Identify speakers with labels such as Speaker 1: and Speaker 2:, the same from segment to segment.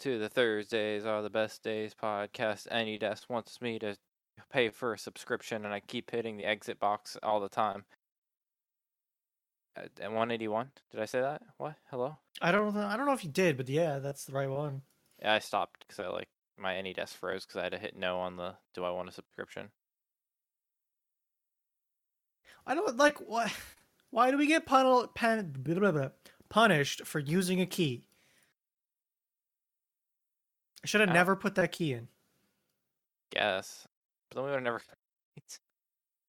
Speaker 1: to the Thursdays are the best days podcast. Any desk wants me to pay for a subscription, and I keep hitting the exit box all the time. At 181. Did I say that? What? Hello.
Speaker 2: I don't know. I don't know if you did, but yeah, that's the right one.
Speaker 1: Yeah, I stopped because I like my any desk froze because I had to hit no on the do I want a subscription.
Speaker 2: I don't like what. Why do we get pun- pen- blah, blah, blah, punished for using a key? I should have
Speaker 1: Uh,
Speaker 2: never put that key in.
Speaker 1: Guess, but then we would have never.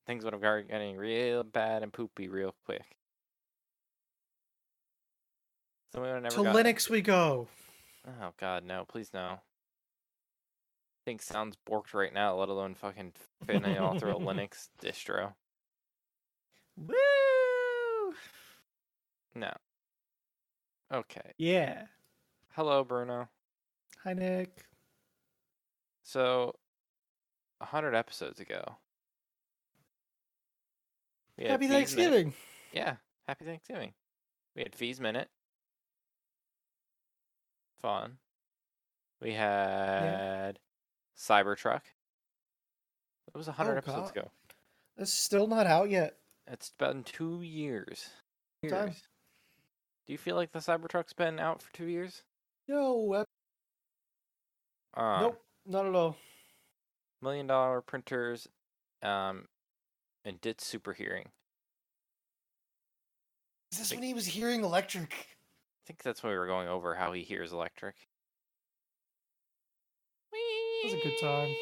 Speaker 1: Things would have got getting real bad and poopy real quick. So we would have never
Speaker 2: To
Speaker 1: got-
Speaker 2: Linux we go.
Speaker 1: Oh God, no! Please no. Thing sounds borked right now, let alone fucking fitting it all through a Linux distro.
Speaker 2: Woo!
Speaker 1: No. Okay.
Speaker 2: Yeah.
Speaker 1: Hello, Bruno.
Speaker 2: Hi, Nick.
Speaker 1: So, a hundred episodes ago. we had
Speaker 2: Happy
Speaker 1: Fees Minute-
Speaker 2: Thanksgiving.
Speaker 1: Yeah, happy Thanksgiving. We had fees minute. Fun. We had Cybertruck. It was a hundred
Speaker 2: Oh,
Speaker 1: episodes
Speaker 2: God.
Speaker 1: ago.
Speaker 2: It's still not out yet.
Speaker 1: It's been two years.
Speaker 2: Time.
Speaker 1: Years. Do you feel like the Cybertruck's been out for two years?
Speaker 2: No. ep-
Speaker 1: Um,
Speaker 2: nope. Not at all.
Speaker 1: Million dollar printers, um, and did super hearing.
Speaker 2: Is this
Speaker 1: Like-
Speaker 2: when he was hearing electric?
Speaker 1: I think that's when we were going over how he hears electric.
Speaker 2: was a good time.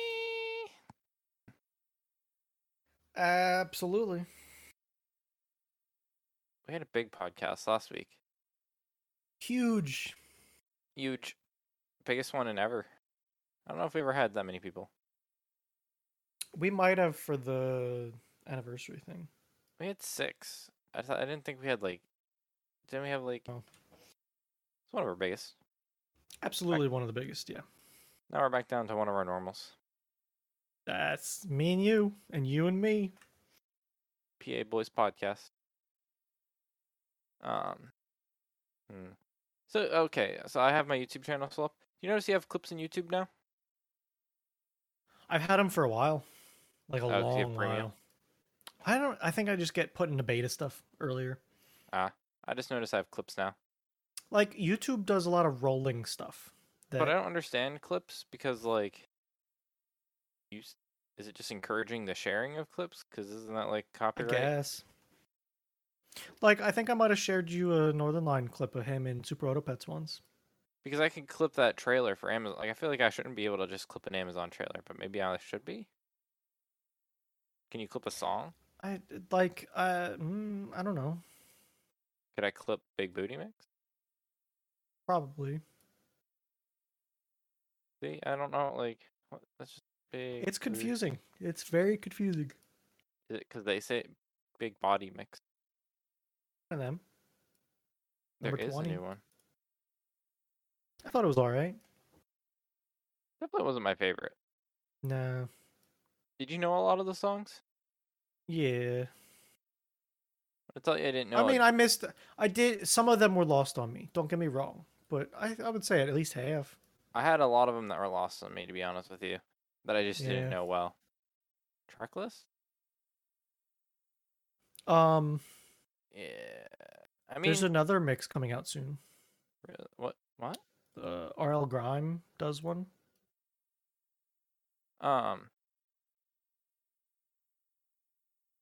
Speaker 2: Absolutely.
Speaker 1: We had a big podcast last week.
Speaker 2: Huge.
Speaker 1: Huge, biggest one in ever. I don't know if we ever had that many people.
Speaker 2: We might have for the anniversary thing.
Speaker 1: We had six. I thought I didn't think we had like. Didn't we have like?
Speaker 2: Oh.
Speaker 1: It's one of our biggest.
Speaker 2: Absolutely one of the biggest, yeah.
Speaker 1: Now we're back down to one of our normals.
Speaker 2: That's me and you, and you and me.
Speaker 1: PA Boys podcast. Um. hmm. So okay, so I have my YouTube channel still up. You notice you have clips in YouTube now?
Speaker 2: I've had them for a while, like a
Speaker 1: Oh, 'cause you have
Speaker 2: long
Speaker 1: premium?
Speaker 2: while. I don't. I think I just get put into beta stuff earlier.
Speaker 1: I just noticed I have clips now,
Speaker 2: Like YouTube does a lot of rolling stuff. That
Speaker 1: but I don't understand clips because like, you s- is it just encouraging the sharing of clips? Because isn't that like
Speaker 2: I
Speaker 1: copyright?
Speaker 2: guess. Like I think I might have shared you a Northern Line clip of him in Super Auto Pets once.
Speaker 1: Because I could clip that trailer for Amazon. Like I feel like I shouldn't be able to just clip an Amazon trailer, but maybe I should be. Can you clip a song?
Speaker 2: I like. Uh, mm, I don't know.
Speaker 1: Could I clip Big Booty Mix?
Speaker 2: Probably.
Speaker 1: See, I don't know. Like, what? that's just big.
Speaker 2: It's
Speaker 1: booty-
Speaker 2: confusing. It's very confusing.
Speaker 1: Is it because they say big body mix?
Speaker 2: And them.
Speaker 1: There
Speaker 2: Number
Speaker 1: is
Speaker 2: 20.
Speaker 1: a new one.
Speaker 2: I thought it was all right.
Speaker 1: Definitely wasn't my favorite.
Speaker 2: No.
Speaker 1: Did you know a lot of the songs?
Speaker 2: Yeah.
Speaker 1: I tell you, I didn't know.
Speaker 2: I
Speaker 1: a
Speaker 2: mean, I missed. I did. Some of them were lost on me. Don't get me wrong, but I, I would say at least half.
Speaker 1: I had a lot of them that were lost on me, to be honest with you, that I just
Speaker 2: Yeah.
Speaker 1: didn't know well. Track list?
Speaker 2: Um,
Speaker 1: Yeah. I mean,
Speaker 2: there's another mix coming out soon.
Speaker 1: really- what? What?
Speaker 2: Uh, RL Grime does one.
Speaker 1: Um.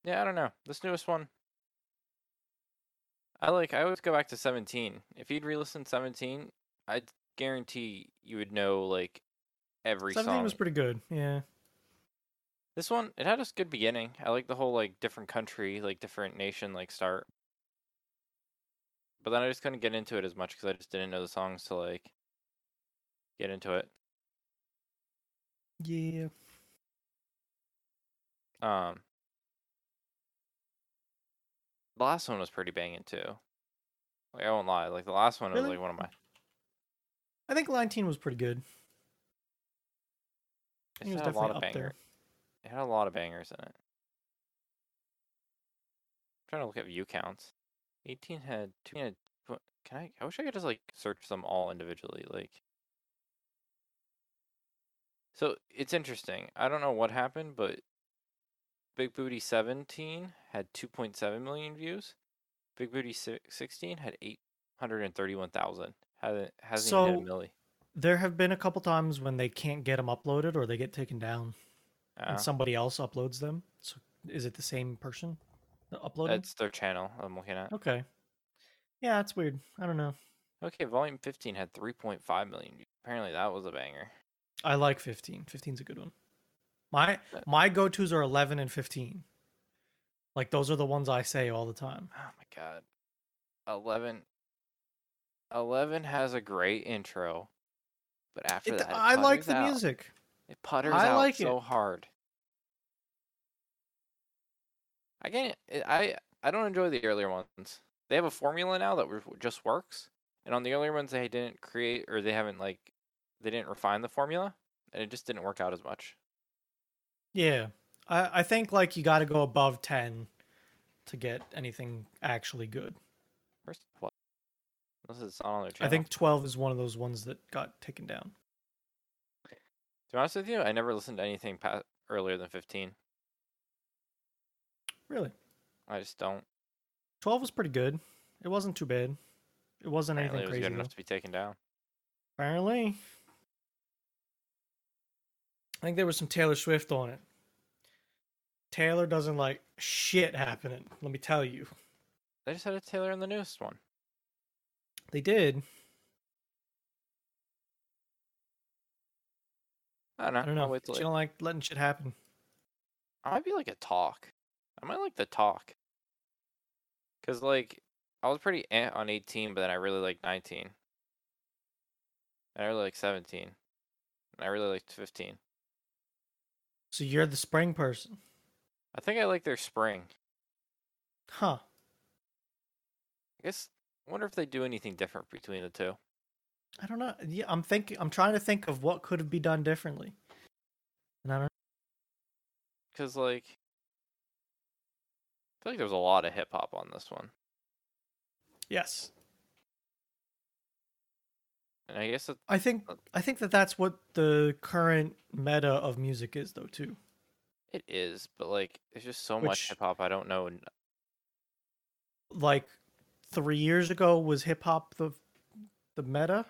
Speaker 1: Yeah, I don't know. This newest one. I like. I always go back to seventeen. If you'd re-listen seventeen, I guarantee you would know like every
Speaker 2: Something
Speaker 1: song.
Speaker 2: was pretty good. Yeah,
Speaker 1: This one, it had a s- good beginning. I like the whole like different country, like different nation, like start. But then I just couldn't get into it as much because I just didn't know the songs to like get into it.
Speaker 2: yeah.
Speaker 1: Um, the last one was pretty banging too. Like I won't lie, like the last one was
Speaker 2: Really?
Speaker 1: like one of my.
Speaker 2: I think 19 was pretty good. I
Speaker 1: It
Speaker 2: think it was
Speaker 1: had a lot
Speaker 2: definitely
Speaker 1: of
Speaker 2: up
Speaker 1: banger.
Speaker 2: there.
Speaker 1: It had a lot of bangers in it. I'm trying to look at view counts. 18 had two. Had, tw- can I? I wish I could just like search them all individually. Like So it's interesting. I don't know what happened, but Big Booty 17 had 2.7 million views. Big Booty si- 16 had 831,000. Hasn't hasn't even hit a
Speaker 2: So,
Speaker 1: milli.
Speaker 2: There have been a couple times when they can't get them uploaded or they get taken down
Speaker 1: Uh,
Speaker 2: and somebody else uploads them. So is it the same person that uploaded?
Speaker 1: that's their channel I'm looking at.
Speaker 2: Okay. Yeah, that's weird. I don't know.
Speaker 1: Okay, Volume 15 had 3.5 million views. Apparently that was a banger.
Speaker 2: I like 15. 15's a good one. My
Speaker 1: Uh,
Speaker 2: my go-tos are 11 and 15. Like those are the ones I say all the time.
Speaker 1: Oh my god. 11 11 has a great intro. But after
Speaker 2: It-
Speaker 1: that, it
Speaker 2: I like
Speaker 1: putters
Speaker 2: the
Speaker 1: out.
Speaker 2: music.
Speaker 1: It putters
Speaker 2: I
Speaker 1: out
Speaker 2: like it.
Speaker 1: so hard. I can't. I I- I don't enjoy the earlier ones. They have a formula now that wor- just works, and on the earlier ones they didn't create or they haven't like they didn't refine the formula, and it just didn't work out as much.
Speaker 2: Yeah. I I think like you got to go above 10 to get anything actually good.
Speaker 1: First, what? Unless it's on their
Speaker 2: I
Speaker 1: channel.
Speaker 2: think 12 is one of those ones that got taken down.
Speaker 1: To be honest with you, I never listened to anything past earlier than fifteen.
Speaker 2: Really?
Speaker 1: I just don't.
Speaker 2: 12 was pretty good. It wasn't too bad. It wasn't
Speaker 1: Apparently, it was
Speaker 2: anything crazy.
Speaker 1: good
Speaker 2: though.
Speaker 1: enough to be taken down.
Speaker 2: Apparently. I think there was some Taylor Swift on it. Taylor doesn't like shit happening, let me tell you.
Speaker 1: They just had a Taylor in the newest one.
Speaker 2: They did.
Speaker 1: I don't know.
Speaker 2: I don't know.
Speaker 1: I'll wait till
Speaker 2: she
Speaker 1: it-
Speaker 2: don't Oh, like letting shit happen.
Speaker 1: I might be like a talk. I might like the talk. Cause like I was pretty eh on eighteen, but then I really liked nineteen. And I really like seventeen. And I really liked fifteen.
Speaker 2: So you're the spring person.
Speaker 1: I think I like their spring.
Speaker 2: Huh.
Speaker 1: I guess I wonder if they do anything different between the two.
Speaker 2: I don't know. Yeah, I'm thinking I'm trying to think of what could have been done differently. And I don't
Speaker 1: Cause like I feel like there was a lot of hip hop on this one.
Speaker 2: Yes.
Speaker 1: And I guess it,
Speaker 2: I think I think that that's what the current meta of music is though too.
Speaker 1: it is, but like there's just so
Speaker 2: Which-
Speaker 1: much hip hop I don't know n-
Speaker 2: like three years ago was hip hop the the meta?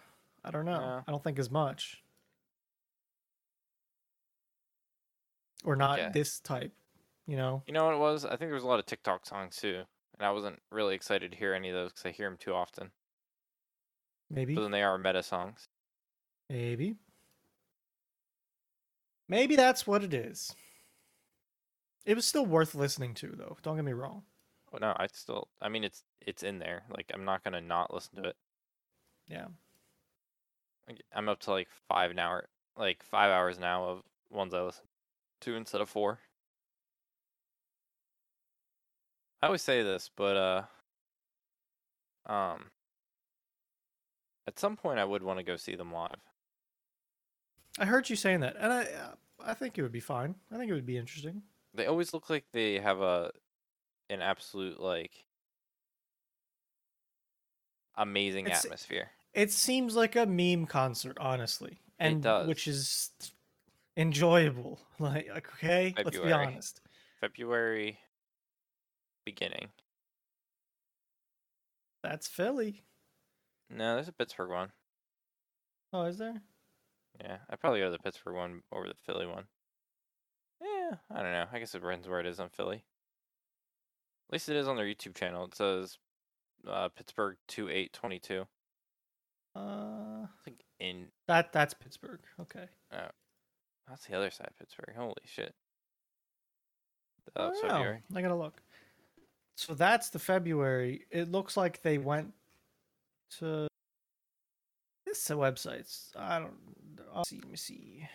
Speaker 2: I don't know.
Speaker 1: Yeah.
Speaker 2: I don't think as much. Or not
Speaker 1: Okay.
Speaker 2: this type, you know.
Speaker 1: You know what it was? I think there was a lot of TikTok songs too, and I wasn't really excited to hear any of those because I hear them too often.
Speaker 2: Maybe,
Speaker 1: But then they are meta songs.
Speaker 2: maybe, maybe that's what it is. It was still worth listening to, though. Don't get me wrong.
Speaker 1: Oh no, I still. I mean, it's it's in there. Like I'm not gonna not listen to it.
Speaker 2: Yeah.
Speaker 1: Like, I'm up to like five an hour, like five hours now of ones I listen to instead of four. I always say this, but uh, um, at some point I would want to go see them live.
Speaker 2: I heard you saying that, and I, I think it would be fine. I think it would be interesting.
Speaker 1: They always look like they have a an absolute like amazing
Speaker 2: It's-
Speaker 1: atmosphere.
Speaker 2: It seems like a meme concert, honestly, and
Speaker 1: does.
Speaker 2: which is enjoyable. Like, okay, let's be
Speaker 1: February.
Speaker 2: honest.
Speaker 1: February beginning.
Speaker 2: That's Philly.
Speaker 1: No, there's a Pittsburgh one.
Speaker 2: Oh, is there?
Speaker 1: Yeah, I'd probably go to the Pittsburgh one over the Philly one. Yeah, I don't know. I guess it depends where it is on Philly. At least it is on their YouTube channel. It says uh, Pittsburgh two eight twenty two.
Speaker 2: Uh,
Speaker 1: I think in
Speaker 2: that that's Pittsburgh. Okay.
Speaker 1: that's the other side of Pittsburgh. Holy shit!
Speaker 2: I
Speaker 1: That's
Speaker 2: don't know.
Speaker 1: Oh, February.
Speaker 2: Oh, I gotta look. So that's the February. It looks like they went to this websites. I don't. I'll see. Let me see.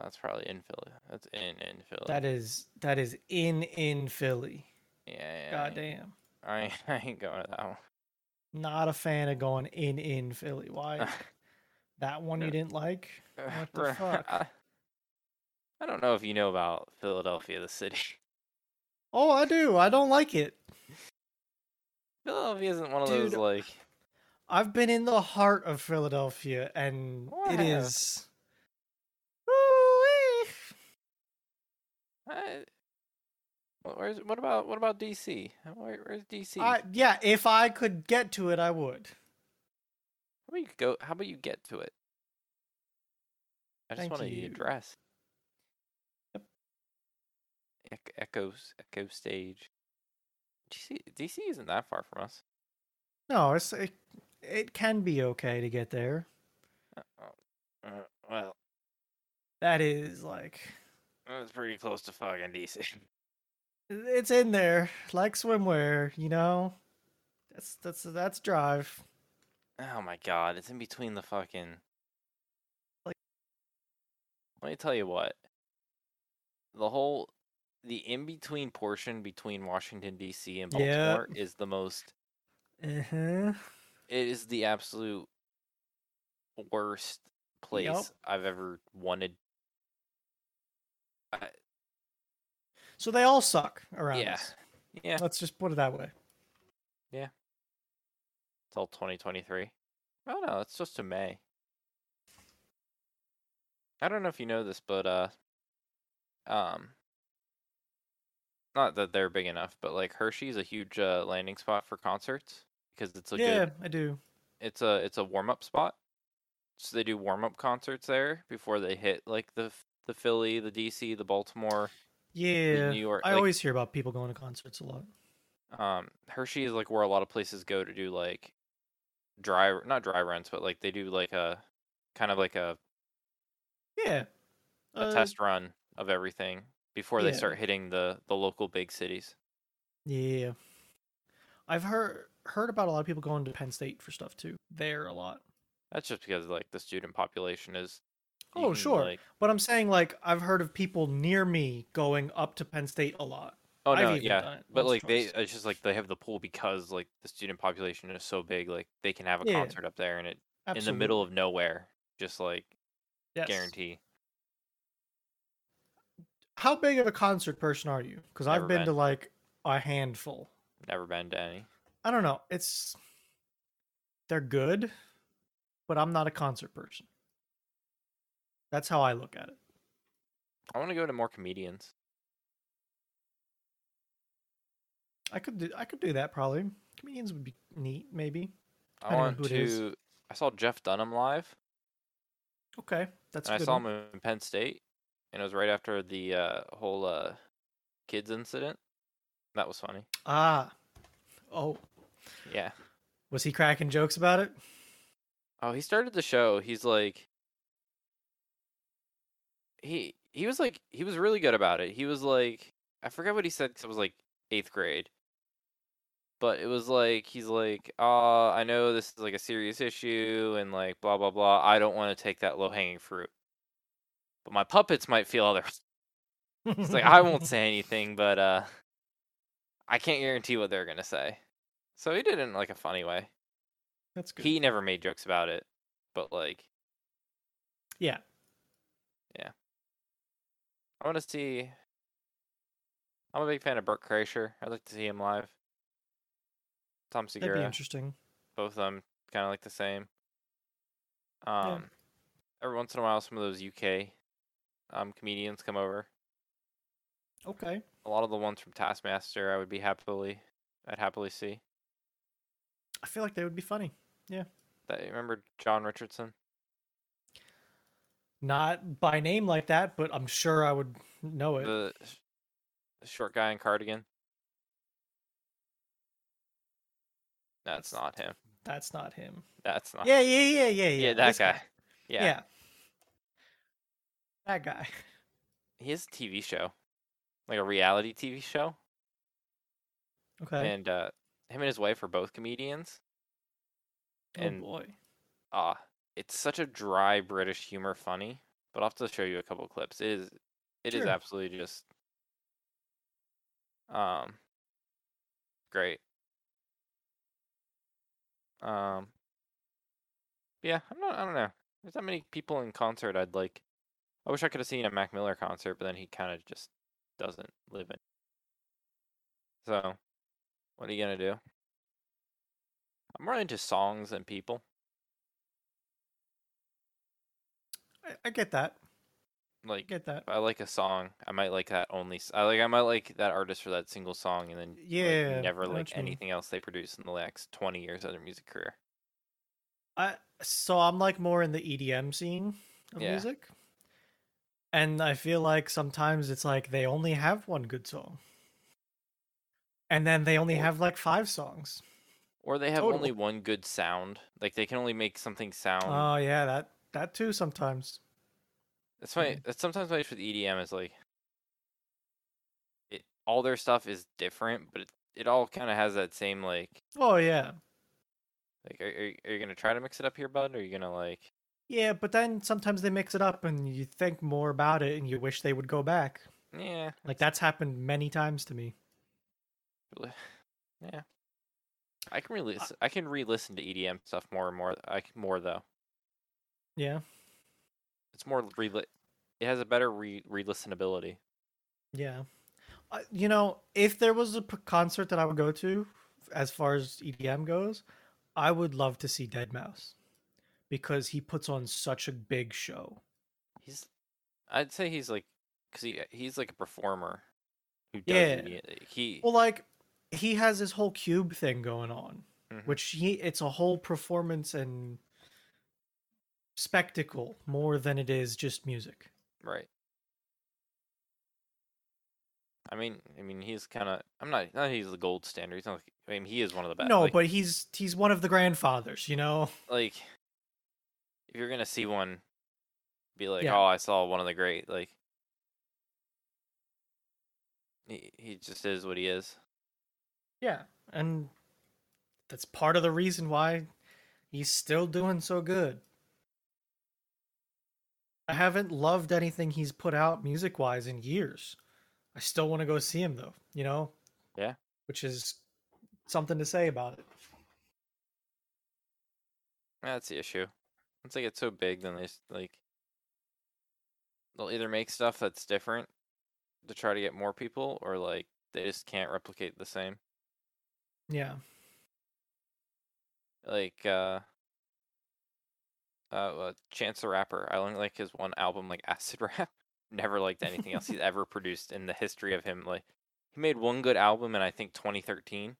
Speaker 1: That's probably in Philly. That's in in Philly.
Speaker 2: That is that is in in Philly.
Speaker 1: yeah, yeah, yeah.
Speaker 2: Goddamn.
Speaker 1: I ain't, I ain't going to that one.
Speaker 2: Not a fan of going in in Philly. Why? that one you
Speaker 1: Yeah.
Speaker 2: didn't like? What the
Speaker 1: Bruh,
Speaker 2: fuck?
Speaker 1: I, I don't know if you know about Philadelphia, the city.
Speaker 2: Oh, I do. I don't like it.
Speaker 1: Philadelphia isn't one of
Speaker 2: Dude,
Speaker 1: those like.
Speaker 2: I've been in the heart of Philadelphia, and
Speaker 1: Wow.
Speaker 2: it is.
Speaker 1: Wh- Where's what about what about DC? How- Where, where's DC?
Speaker 2: I, yeah, if I could get to it, I would.
Speaker 1: How about you go? How about you get to it? I just
Speaker 2: Thank
Speaker 1: want the
Speaker 2: you.
Speaker 1: address.
Speaker 2: Yep.
Speaker 1: Ec- Echoes, Echo Stage. DC, DC isn't that far from us.
Speaker 2: No, it's it, it can be okay to get there.
Speaker 1: Uh, well,
Speaker 2: That is like
Speaker 1: it's pretty close to fucking DC.
Speaker 2: it's in there, like swimwear, you know. That's that's that's drive.
Speaker 1: oh my god, it's in between the fucking.
Speaker 2: Like-
Speaker 1: let me tell you what. The whole, the in between portion between Washington D.C. and
Speaker 2: Yeah.
Speaker 1: Baltimore is the most
Speaker 2: Uh huh.
Speaker 1: It is the absolute worst place I've ever wanted. I,
Speaker 2: So they all suck around.
Speaker 1: Yeah.
Speaker 2: us.
Speaker 1: yeah, it's
Speaker 2: Let's just put it that way.
Speaker 1: all 2023. Oh no, it's just to May. I don't know if you know this, but uh, um, not that they're big enough, but like Hershey's a huge uh, landing spot for concerts because it's a
Speaker 2: yeah,
Speaker 1: good,
Speaker 2: I do.
Speaker 1: it's a it's a warm up spot. So they do warm up concerts there before they hit like the F- the Philly, the DC, the Baltimore, the
Speaker 2: Yeah,
Speaker 1: New York.
Speaker 2: I
Speaker 1: like,
Speaker 2: always hear about people going to concerts a lot.
Speaker 1: um Hershey is like where a lot of places go to do like dry not dry runs, but like they do like a kind of like a,
Speaker 2: Yeah,
Speaker 1: a
Speaker 2: Uh,
Speaker 1: test run of everything before they
Speaker 2: yeah.
Speaker 1: start hitting the the local big cities.
Speaker 2: Yeah, I've heard heard about a lot of people going to Penn State for stuff too. There a lot.
Speaker 1: That's just because like the student population is you
Speaker 2: Oh,
Speaker 1: can,
Speaker 2: sure.
Speaker 1: like-
Speaker 2: But I'm saying like I've heard of people near me going up to Penn State a lot.
Speaker 1: Oh
Speaker 2: I've
Speaker 1: no,
Speaker 2: even
Speaker 1: yeah,
Speaker 2: done it
Speaker 1: but
Speaker 2: once,
Speaker 1: like they, uh,
Speaker 2: twice.
Speaker 1: it's just like they have the pool because like the student population is so big, like they can have a
Speaker 2: Yeah,
Speaker 1: concert up there and it
Speaker 2: Absolutely.
Speaker 1: in the middle of nowhere, just like
Speaker 2: yes.
Speaker 1: guarantee.
Speaker 2: How big of a concert person are you? Because I've
Speaker 1: Never
Speaker 2: been to
Speaker 1: been.
Speaker 2: like a handful.
Speaker 1: Never been to any.
Speaker 2: I don't know. It's they're good, but I'm not a concert person. That's how I look at it.
Speaker 1: I want to go to more comedians.
Speaker 2: I could do I could do that probably. Comedians would be neat, maybe.
Speaker 1: I,
Speaker 2: I don't know
Speaker 1: want
Speaker 2: who it is.
Speaker 1: to. I saw Jeff Dunham live,
Speaker 2: Okay, that's. a
Speaker 1: and I
Speaker 2: good
Speaker 1: saw
Speaker 2: one.
Speaker 1: him in Penn State, and it was right after the uh, whole uh, kids incident. That was funny.
Speaker 2: Ah, oh,
Speaker 1: Yeah.
Speaker 2: was he cracking jokes about it?
Speaker 1: Oh, he started the show. He's like he he was like he was really good about it. He was like I forget what he said cuz it was like 8th grade. But it was like he's like, "Uh, I know this is like a serious issue and like blah blah blah. I don't want to take that low-hanging fruit." But my puppets might feel otherwise. He's like, "I won't say anything, but uh I can't guarantee what they're going to say." So he did it in like a funny way.
Speaker 2: That's good.
Speaker 1: He never made jokes about it, but like
Speaker 2: yeah,
Speaker 1: I want to see. I'm a big fan of Burt Kreischer. I'd like to see him live. Tom
Speaker 2: that'd be
Speaker 1: Segura,
Speaker 2: interesting.
Speaker 1: both of them kind of like the same. Um, every once in a while, some of those UK um comedians come over.
Speaker 2: Okay,
Speaker 1: A lot of the ones from Taskmaster, I would be happily, I'd happily see.
Speaker 2: I feel like they would be funny.
Speaker 1: That remember John Richardson?
Speaker 2: Not by name like that, but I'm sure I would know it.
Speaker 1: the sh- the short guy in cardigan. That's
Speaker 2: That's-
Speaker 1: not him.
Speaker 2: That's not him.
Speaker 1: That's not.
Speaker 2: Yeah, yeah, yeah, yeah, yeah.
Speaker 1: yeah, that
Speaker 2: this
Speaker 1: guy.
Speaker 2: Yeah.
Speaker 1: Yeah.
Speaker 2: that guy.
Speaker 1: he has a TV show, like a reality TV show,
Speaker 2: Okay.
Speaker 1: and uh, him and his wife are both comedians. and-
Speaker 2: oh boy.
Speaker 1: Ah, it's such a dry British humor, funny. But I'll have to show you a couple clips. It is, it is
Speaker 2: Sure.
Speaker 1: absolutely just, um, great. Um, yeah, I'm not. I don't know. There's not many people in concert I'd like. I wish I could have seen a Mac Miller concert, but then he kind of just doesn't live in. So, what are you gonna do? I'm more into songs than people.
Speaker 2: I, I get that.
Speaker 1: Like
Speaker 2: Get that.
Speaker 1: if I like a song, I might like that only. s- I like I might like that artist for that single song, and then like,
Speaker 2: Yeah, I
Speaker 1: never
Speaker 2: know
Speaker 1: like
Speaker 2: what you mean.
Speaker 1: anything else they produce in the next twenty years of their music career.
Speaker 2: I so I'm like more in the EDM scene of
Speaker 1: Yeah.
Speaker 2: music. And I feel like sometimes it's like they only have one good song. And then they only
Speaker 1: Or-
Speaker 2: have like five songs.
Speaker 1: Or they have
Speaker 2: Total.
Speaker 1: only one good sound. Like they can only make something sound.
Speaker 2: oh yeah, that that too sometimes.
Speaker 1: that's my.
Speaker 2: mhm.
Speaker 1: That's sometimes my issue with EDM is like, it all their stuff is different, but it, it all kind of has that same like
Speaker 2: Oh yeah.
Speaker 1: like are, are are you gonna try to mix it up here, bud? Or are you gonna like
Speaker 2: Yeah, but then sometimes they mix it up and you think more about it and you wish they would go back.
Speaker 1: yeah
Speaker 2: Like that's happened many times to me.
Speaker 1: Really- Yeah. I can really I can re-listen to EDM stuff more and more. I c- more though.
Speaker 2: Yeah.
Speaker 1: It's more re it has a better re re-listenability.
Speaker 2: Yeah. I, you know, if there was a p- concert that I would go to, as far as EDM goes, I would love to see Dead Mouse because he puts on such a big show.
Speaker 1: He's I'd say he's like cuz he uh, he's like a performer who does
Speaker 2: Yeah.
Speaker 1: EDM. he
Speaker 2: Well, like he has this whole cube thing going on,
Speaker 1: Mhm.
Speaker 2: which he it's a whole performance and spectacle more than it is just music.
Speaker 1: right. I mean, I mean he's kind of I'm not not he's the gold standard. He's not like, I mean he is one of the best.
Speaker 2: no,
Speaker 1: like-
Speaker 2: but he's he's one of the grandfathers, you know.
Speaker 1: like if you're gonna see one be like
Speaker 2: Yeah.
Speaker 1: oh i saw one of the great like he, he just is what he is
Speaker 2: Yeah, and that's part of the reason why he's still doing so good. I haven't loved anything he's put out music wise in years. I still want to go see him though, you know?
Speaker 1: Yeah.
Speaker 2: Which is something to say about it.
Speaker 1: that's the issue once they get so big then they s- like they'll either make stuff that's different to try to get more people or like they just can't replicate the same
Speaker 2: Yeah.
Speaker 1: like uh uh, uh chance the rapper i only like his one album like acid rap never liked anything else he's ever produced in the history of him like he made one good album in i think 2013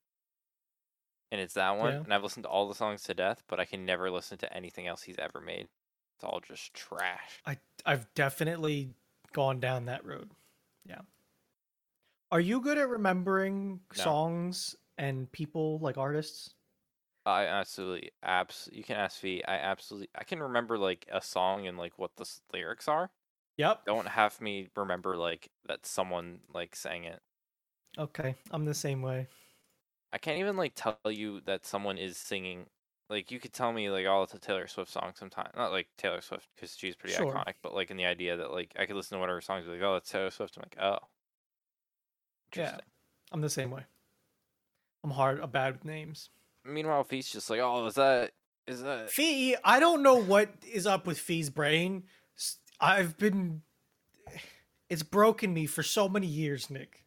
Speaker 1: and it's that one
Speaker 2: Yeah.
Speaker 1: and i've listened to all the songs to death but i can never listen to anything else he's ever made it's all just trash
Speaker 2: I've definitely gone down that road. Yeah. Are you good at remembering
Speaker 1: No.
Speaker 2: songs and people like artists?
Speaker 1: i absolutely abs you can ask v i absolutely i can remember like a song and like what the s- lyrics are
Speaker 2: Yep.
Speaker 1: don't have me remember like that someone like sang it
Speaker 2: Okay. I'm the same way.
Speaker 1: I can't even like tell you that someone is singing. Like you could tell me like all oh, it's a Taylor Swift song sometime. Not like Taylor Swift because she's pretty
Speaker 2: Sure.
Speaker 1: iconic, but like in the idea that like I could listen to one of her songs and be like oh that's Taylor Swift. I'm like oh,
Speaker 2: Yeah.
Speaker 1: interesting.
Speaker 2: I'm the same way. I'm hard I'm bad with names.
Speaker 1: Meanwhile, Feast just like oh is that is that
Speaker 2: Fee, I don't know what is up with Fee's brain. S- I've been it's broken me for so many years, Nick.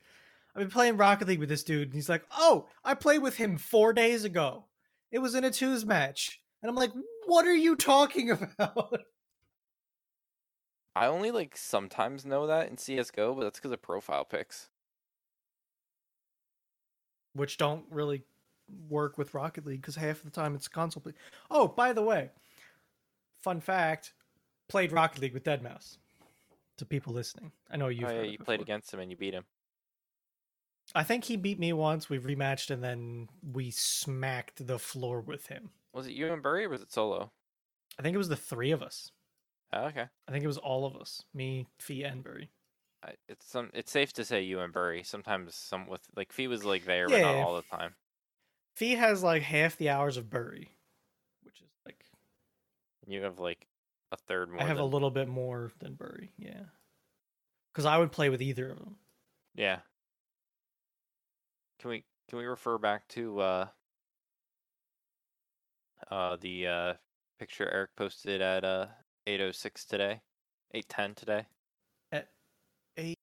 Speaker 2: I've been playing Rocket League with this dude, and he's like, "Oh, I played with him four days ago. It was in a twos match." And I'm like, "What are you talking about?"
Speaker 1: I only like sometimes know that in CS:GO, but that's because of profile pics.
Speaker 2: Which don't really work with Rocket League because half of the time it's console play. Oh, by the way, fun fact: played Rocket League with Dead Mouse. To people listening, I know you've
Speaker 1: oh yeah,
Speaker 2: heard it
Speaker 1: you played
Speaker 2: before.
Speaker 1: against him and you beat him.
Speaker 2: I think he beat me once. We rematched, and then we smacked the floor with him.
Speaker 1: Was it you and Burry or was it solo?
Speaker 2: I think it was the three of us.
Speaker 1: Oh, okay,
Speaker 2: I think it was all of us. Me, Fee, and Burry.
Speaker 1: I, it's some. It's safe to say you and Burry. Sometimes some with like Fee was like there, but
Speaker 2: Yeah.
Speaker 1: not all the time.
Speaker 2: Fee has like half the hours of Burry, which is like
Speaker 1: You have like a third more.
Speaker 2: I have a
Speaker 1: than-
Speaker 2: little bit more than Burry. Yeah, because I would play with either of them.
Speaker 1: Yeah. Can we can we refer back to uh uh the uh picture Eric posted at uh 806 today? 810 today?
Speaker 2: At eight-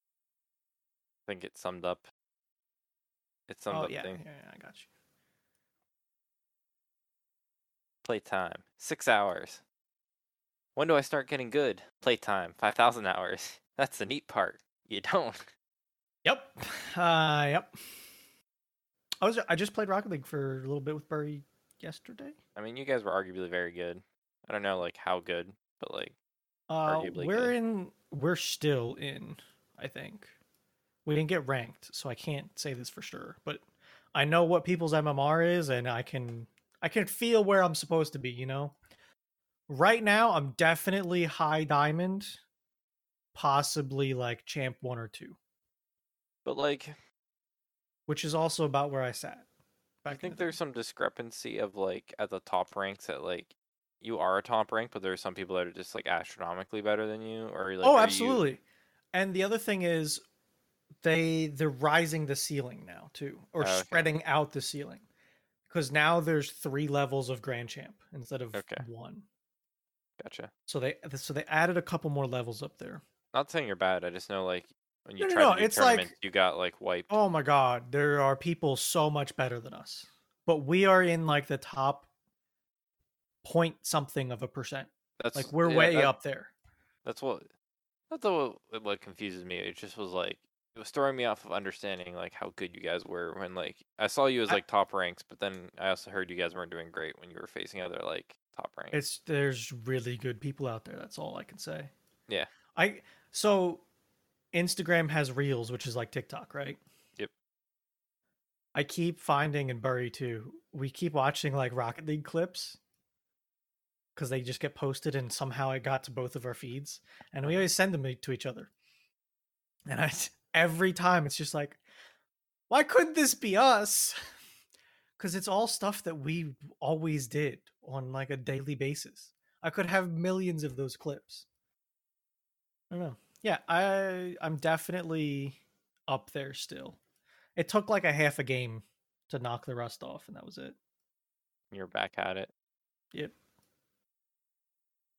Speaker 1: I think it summed up. It summed
Speaker 2: oh
Speaker 1: up
Speaker 2: yeah, yeah,
Speaker 1: thing.
Speaker 2: yeah, I got you.
Speaker 1: Playtime. 6 hours. When do I start getting good? Playtime. 5000 hours. That's the neat part. You don't.
Speaker 2: Yep. Uh, yep. I was I just played Rocket League for a little bit with Burry yesterday.
Speaker 1: I mean, you guys were arguably very good. I don't know like how good, but like
Speaker 2: Uh,
Speaker 1: Arguably
Speaker 2: we're
Speaker 1: good.
Speaker 2: in. We're still in. I think we didn't get ranked, so I can't say this for sure. But I know what people's MMR is, and I can I can feel where I'm supposed to be. You know, right now I'm definitely high diamond, possibly like champ one or two,
Speaker 1: but like
Speaker 2: which is also about where I sat.
Speaker 1: I
Speaker 2: back in
Speaker 1: think
Speaker 2: the day.
Speaker 1: there's some discrepancy of like at the top ranks that like you are a top rank, but there are some people that are just like astronomically better than you, or like
Speaker 2: oh,
Speaker 1: are you-
Speaker 2: absolutely. And the other thing is they they're rising the ceiling now too or
Speaker 1: Oh, okay.
Speaker 2: spreading out the ceiling. Cuz now there's 3 levels of grand champ instead of
Speaker 1: Okay.
Speaker 2: 1.
Speaker 1: gotcha.
Speaker 2: So they so they added a couple more levels up there.
Speaker 1: Not saying you're bad. I just know like when you
Speaker 2: No, no,
Speaker 1: tried
Speaker 2: no,
Speaker 1: to do
Speaker 2: it's like-
Speaker 1: tournaments, you got like wiped.
Speaker 2: Oh my god, there are people so much better than us. But we are in like the top point something of a percent.
Speaker 1: That's
Speaker 2: Like we're
Speaker 1: yeah,
Speaker 2: way
Speaker 1: that-
Speaker 2: up there.
Speaker 1: That's what. That's what what confuses me. It just was like it was throwing me off of understanding like how good you guys were when like I saw you as
Speaker 2: I-
Speaker 1: like top ranks, but then I also heard you guys weren't doing great when you were facing other like top ranks.
Speaker 2: It's there's really good people out there. That's all I can say.
Speaker 1: Yeah.
Speaker 2: I so Instagram has Reels, which is like TikTok, right?
Speaker 1: Yep.
Speaker 2: I keep finding and Bury too. We keep watching like Rocket League clips because they just get posted, and somehow it got to both of our feeds, and
Speaker 1: Uh-huh.
Speaker 2: we always send them e- to each other. And I every time it's just like, why couldn't this be us? Because it's all stuff that we always did on like a daily basis. I could have millions of those clips. I don't know. Yeah, I I'm definitely up there still. It took like a half a game to knock the rust off, and that was it.
Speaker 1: You're back at it.
Speaker 2: Yep.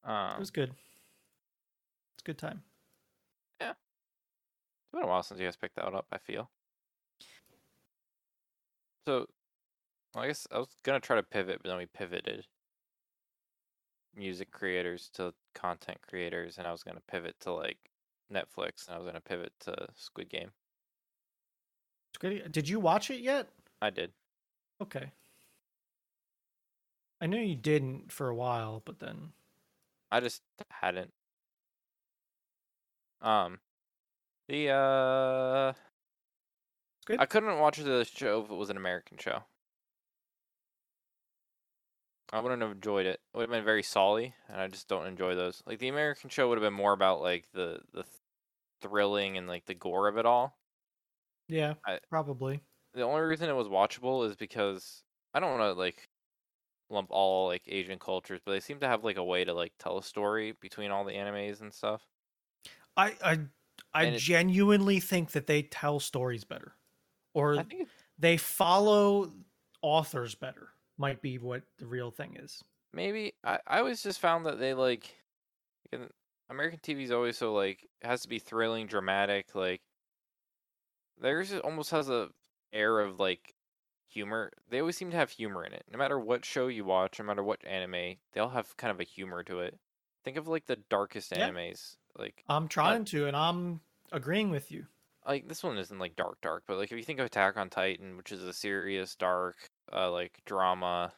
Speaker 1: Um,
Speaker 2: It was good. It's a good time.
Speaker 1: It's been a while since you guys picked that one up, I feel. So, well, I guess I was going to try to pivot, but then we pivoted music creators to content creators, and I was going to pivot to like Netflix, and I was going to pivot to Squid Game.
Speaker 2: It's good. Did you watch it yet?
Speaker 1: I did.
Speaker 2: Okay. I knew you didn't for a while, but then
Speaker 1: I just hadn't. Um, the, uh,
Speaker 2: it's good.
Speaker 1: I couldn't watch the show if it was an American show. I wouldn't have enjoyed it. It would have been very solly, and I just don't enjoy those. Like the American show would have been more about like the the th- thrilling and like the gore of it all.
Speaker 2: yeah,
Speaker 1: I-
Speaker 2: probably.
Speaker 1: The only reason it was watchable is because I don't want to like lump all like Asian cultures, but they seem to have like a way to like tell a story between all the animes and stuff.
Speaker 2: I I I
Speaker 1: And it-
Speaker 2: genuinely think that they tell stories better, or
Speaker 1: I think it
Speaker 2: they follow authors better. Might be what the real thing is.
Speaker 1: maybe I, I always just found that they like in- American TV is always so like it has to be thrilling, dramatic, like theirs is- almost has a air of like humor. They always seem to have humor in it. No matter what show you watch, no matter what anime, they all have kind of a humor to it. Think of like the darkest
Speaker 2: Yeah.
Speaker 1: animes. Like
Speaker 2: I'm trying to, and I'm agreeing with you.
Speaker 1: like this one isn't like dark dark, but like if you think of Attack on Titan, which is a serious dark uh like drama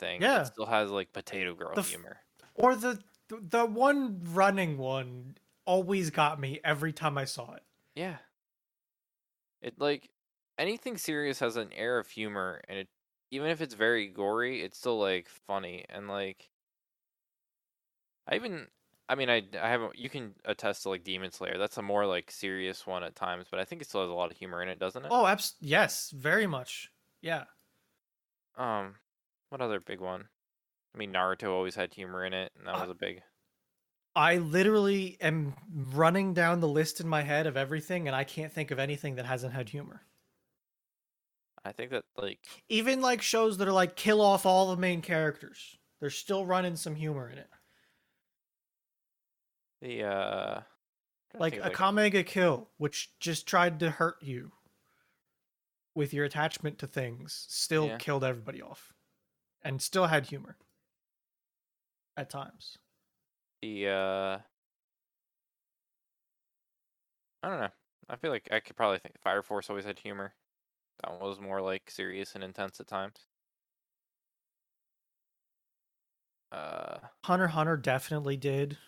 Speaker 1: thing,
Speaker 2: Yeah.
Speaker 1: it still has like potato girl
Speaker 2: The f-
Speaker 1: humor.
Speaker 2: Or the th- the one running one always got me every time I saw it.
Speaker 1: Yeah. It like anything serious has an air of humor and it even if it's very gory, it's still like funny and like I even I mean I I haven't you can attest to like Demon Slayer. That's a more like serious one at times, but I think it still has a lot of humor in it, doesn't it?
Speaker 2: Oh, abs- yes, very much. Yeah, Oh.
Speaker 1: Um what other big one? I mean Naruto always had humor in it and that
Speaker 2: Uh,
Speaker 1: was a big
Speaker 2: I literally am running down the list in my head of everything, and I can't think of anything that hasn't had humor.
Speaker 1: I think that like
Speaker 2: Even like shows that are like kill off all the main characters, they're still running some humor in it.
Speaker 1: the uh I'm trying to
Speaker 2: like
Speaker 1: think
Speaker 2: a
Speaker 1: of,
Speaker 2: Kamega kill, which just tried to hurt you with your attachment to things, still
Speaker 1: Yeah.
Speaker 2: killed everybody off, and still had humor at times.
Speaker 1: the uh I don't know. I feel like I could probably think Fire Force always had humor. That one was more like serious and intense at times. Uh,
Speaker 2: Hunter x Hunter definitely did.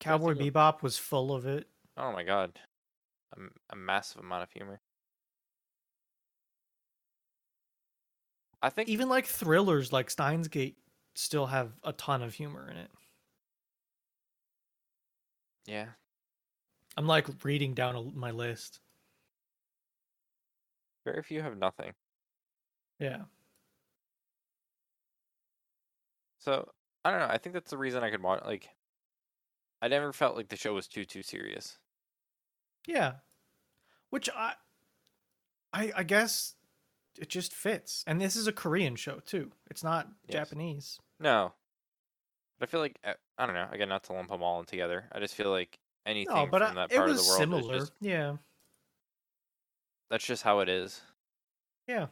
Speaker 1: trying to
Speaker 2: Cowboy
Speaker 1: think
Speaker 2: Bebop was full of it.
Speaker 1: oh my god, a, m- a massive amount of humor. I think
Speaker 2: Even like thrillers like Steins Gate still have a ton of humor in it.
Speaker 1: yeah,
Speaker 2: I'm like reading down a- my list.
Speaker 1: very few have nothing.
Speaker 2: Yeah.
Speaker 1: So I don't know. I think that's the reason I could watch. Like, I never felt like the show was too too serious.
Speaker 2: Yeah. Which I I I guess it just fits. And this is a Korean show too. It's not
Speaker 1: Yes.
Speaker 2: Japanese.
Speaker 1: No, but I feel like I, I don't know. Again, not to lump them all in together. I just feel like anything
Speaker 2: No, but
Speaker 1: from
Speaker 2: I,
Speaker 1: that
Speaker 2: it
Speaker 1: part of
Speaker 2: was
Speaker 1: the world is
Speaker 2: similar.
Speaker 1: just
Speaker 2: Yeah.
Speaker 1: that's just how it is.
Speaker 2: Yeah.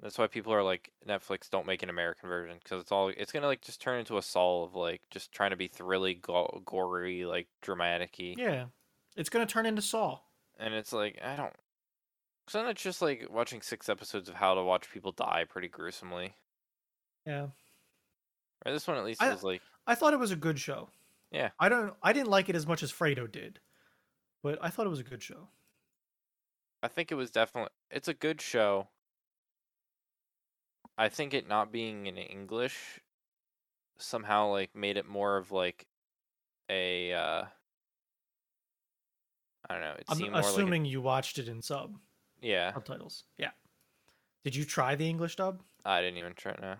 Speaker 1: That's why people are like Netflix don't make an American version because it's all it's gonna like just turn into a Saul of like just trying to be thrilly go- gory like dramaticy.
Speaker 2: Yeah. It's going to turn into Saw.
Speaker 1: and it's like I don't. So then it's just like watching six episodes of how to watch people die pretty gruesomely.
Speaker 2: Yeah.
Speaker 1: Right, this one at least
Speaker 2: I-
Speaker 1: was like
Speaker 2: I thought it was a good show.
Speaker 1: Yeah.
Speaker 2: I don't I didn't like it as much as Fredo did. But I thought it was a good show.
Speaker 1: I think it was definitely it's a good show. I think it not being in English somehow like made it more of like a uh I don't know, it
Speaker 2: I'm
Speaker 1: seemed more like
Speaker 2: assuming you watched it in sub
Speaker 1: a, yeah,
Speaker 2: subtitles. Yeah. Did you try the English dub?
Speaker 1: I didn't even try no.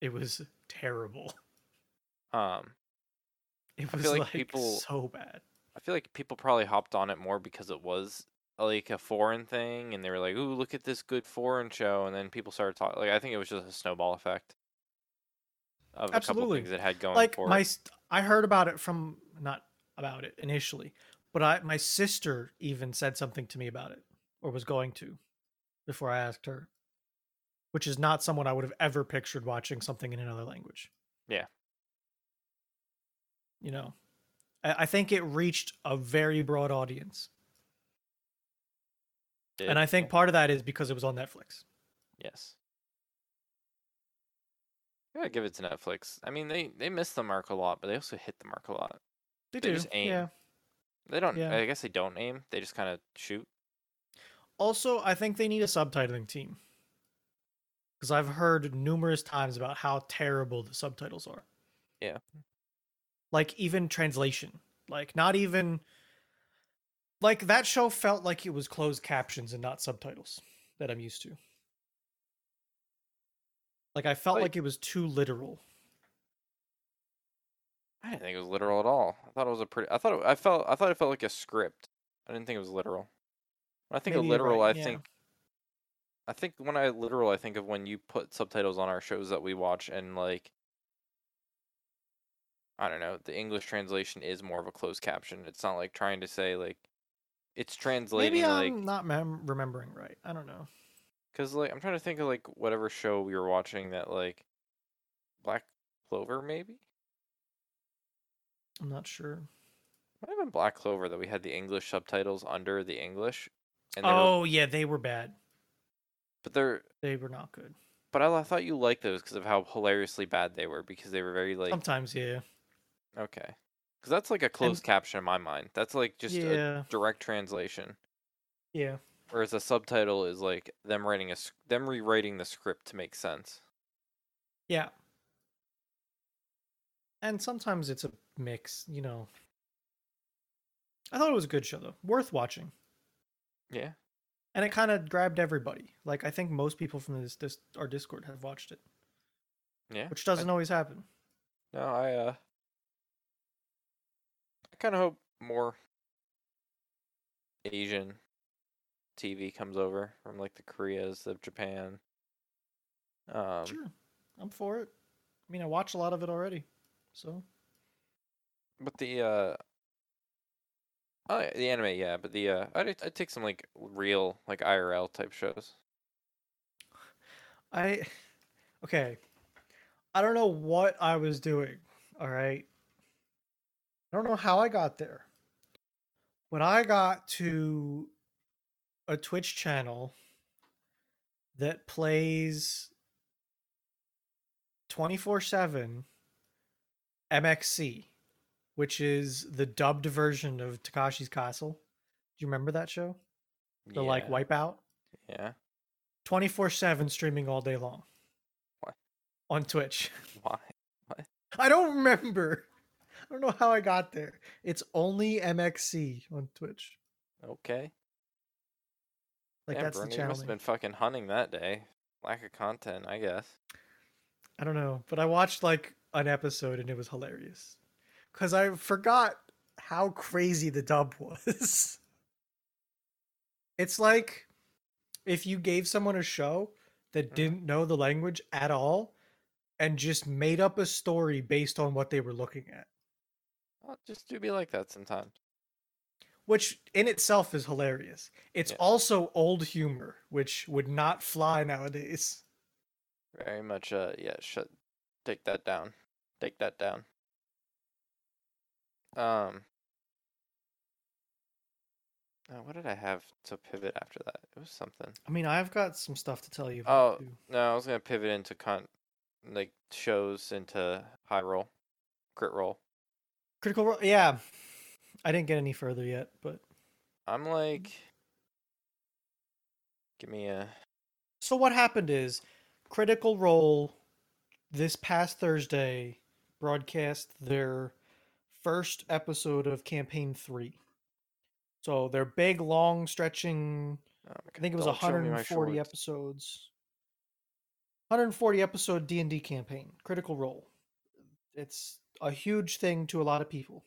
Speaker 2: It was terrible.
Speaker 1: Um
Speaker 2: It
Speaker 1: I
Speaker 2: was
Speaker 1: feel
Speaker 2: like,
Speaker 1: like people-
Speaker 2: so bad.
Speaker 1: I feel like people probably hopped on it more because it was uh, like a foreign thing and they were like, "Ooh, look at this good foreign show." And then people started talking like I think it was just a snowball effect of a couple
Speaker 2: Absolutely.
Speaker 1: things it had going
Speaker 2: like
Speaker 1: for
Speaker 2: my
Speaker 1: it.
Speaker 2: st- i heard about it from not about it initially but i my sister even said something to me about it or was going to before i asked her which is not someone i would have ever pictured watching something in another language
Speaker 1: Yeah.
Speaker 2: you know i, I think it reached a very broad audience
Speaker 1: Did-
Speaker 2: and i think
Speaker 1: yeah.
Speaker 2: part of that is because it was on netflix
Speaker 1: Yes. Gotta give it to Netflix. I mean, they they miss the mark a lot, but they also hit the mark a lot.
Speaker 2: they,
Speaker 1: They
Speaker 2: do
Speaker 1: just aim.
Speaker 2: yeah
Speaker 1: They don't.
Speaker 2: Yeah.
Speaker 1: I guess they don't aim. They just kind of shoot.
Speaker 2: Also, I think they need a subtitling team. Because I've heard numerous times about how terrible the subtitles are.
Speaker 1: Yeah.
Speaker 2: Like, even translation. Like, not even. Like, that show felt like it was closed captions and not subtitles that I'm used to. Like, I felt
Speaker 1: Like-
Speaker 2: like it was too literal.
Speaker 1: I didn't think it was literal at all. I thought it was a pretty. I thought it, I felt. I thought it felt like a script. I didn't think it was literal. When I think
Speaker 2: Maybe
Speaker 1: of
Speaker 2: you're right,
Speaker 1: literal, I
Speaker 2: yeah.
Speaker 1: think. I think when I literal, I think of when you put subtitles on our shows that we watch, and like. I don't know. The English translation is more of a closed caption. It's not like trying to say like, it's translating
Speaker 2: Maybe um,
Speaker 1: like.
Speaker 2: I'm not mem- remembering right. I don't know.
Speaker 1: Cause like I'm trying to think of like whatever show we were watching that like Black Clover maybe
Speaker 2: I'm not sure.
Speaker 1: might have been Black Clover that we had the English subtitles under the English, and they were,
Speaker 2: Oh, yeah, they were bad.
Speaker 1: but they're
Speaker 2: They were not good.
Speaker 1: but I, I thought you liked those because of how hilariously bad they were because they were very like
Speaker 2: Sometimes, yeah.
Speaker 1: okay because that's like a closed caption in my mind that's like just a
Speaker 2: yeah.
Speaker 1: direct translation
Speaker 2: Yeah.
Speaker 1: whereas a subtitle is like them writing a s- them rewriting the script to make sense
Speaker 2: Yeah. And sometimes it's a mix, you know. I thought it was a good show though, worth watching,
Speaker 1: yeah
Speaker 2: and it kind of grabbed everybody. Like I think most people from this, this our Discord have watched it,
Speaker 1: yeah
Speaker 2: which doesn't always happen.
Speaker 1: No, I uh I kind of hope more Asian TV comes over from like the Koreas of Japan. Um
Speaker 2: sure, I'm for it. I mean, I watch a lot of it already, so
Speaker 1: but the uh oh, yeah, the anime, yeah, but the uh I I take some like real like IRL type shows.
Speaker 2: I okay. I don't know what I was doing. All right. I don't know how I got there. when I got to a Twitch channel that plays 24 7 MXC, which is the dubbed version of Takashi's Castle. Do you remember that show? The like
Speaker 1: white.
Speaker 2: Wipeout?
Speaker 1: Yeah.
Speaker 2: 24 7 streaming all day long
Speaker 1: What?
Speaker 2: on Twitch.
Speaker 1: Why?
Speaker 2: I don't remember. I don't know how I got there. It's only MXC on Twitch.
Speaker 1: Okay.
Speaker 2: Like
Speaker 1: Damn,
Speaker 2: that's
Speaker 1: Bernie,
Speaker 2: the
Speaker 1: you
Speaker 2: channel.
Speaker 1: must have
Speaker 2: name.
Speaker 1: been fucking hunting that day. Lack of content, I guess.
Speaker 2: I don't know, but I watched like an episode and it was hilarious because I forgot how crazy the dub was. it's like if you gave someone a show that
Speaker 1: Mhm.
Speaker 2: didn't know the language at all and just made up a story based on what they were looking at,
Speaker 1: Well, just do be like that sometimes.
Speaker 2: which in itself is hilarious. It's
Speaker 1: Yeah.
Speaker 2: also old humor, which would not fly nowadays.
Speaker 1: Very much. Uh, yeah. Shut. Take that down. Take that down. Um. uh, what did I have to pivot after that? It was something.
Speaker 2: I mean, I've got some stuff to tell you about.
Speaker 1: Oh,
Speaker 2: too.
Speaker 1: No, I was gonna pivot into con, like shows into high roll, crit roll.
Speaker 2: Critical Role. Yeah. I didn't get any further yet, but
Speaker 1: I'm
Speaker 2: Mm.
Speaker 1: like, give me a oh
Speaker 2: so what happened is Critical Role this past Thursday broadcast their first episode of campaign 3. So their big long stretching
Speaker 1: oh my
Speaker 2: I
Speaker 1: God,
Speaker 2: think it was
Speaker 1: don't show me my
Speaker 2: 140
Speaker 1: shorts.
Speaker 2: episodes. 140 episode D&D campaign, Critical Role. It's a huge thing to a lot of people.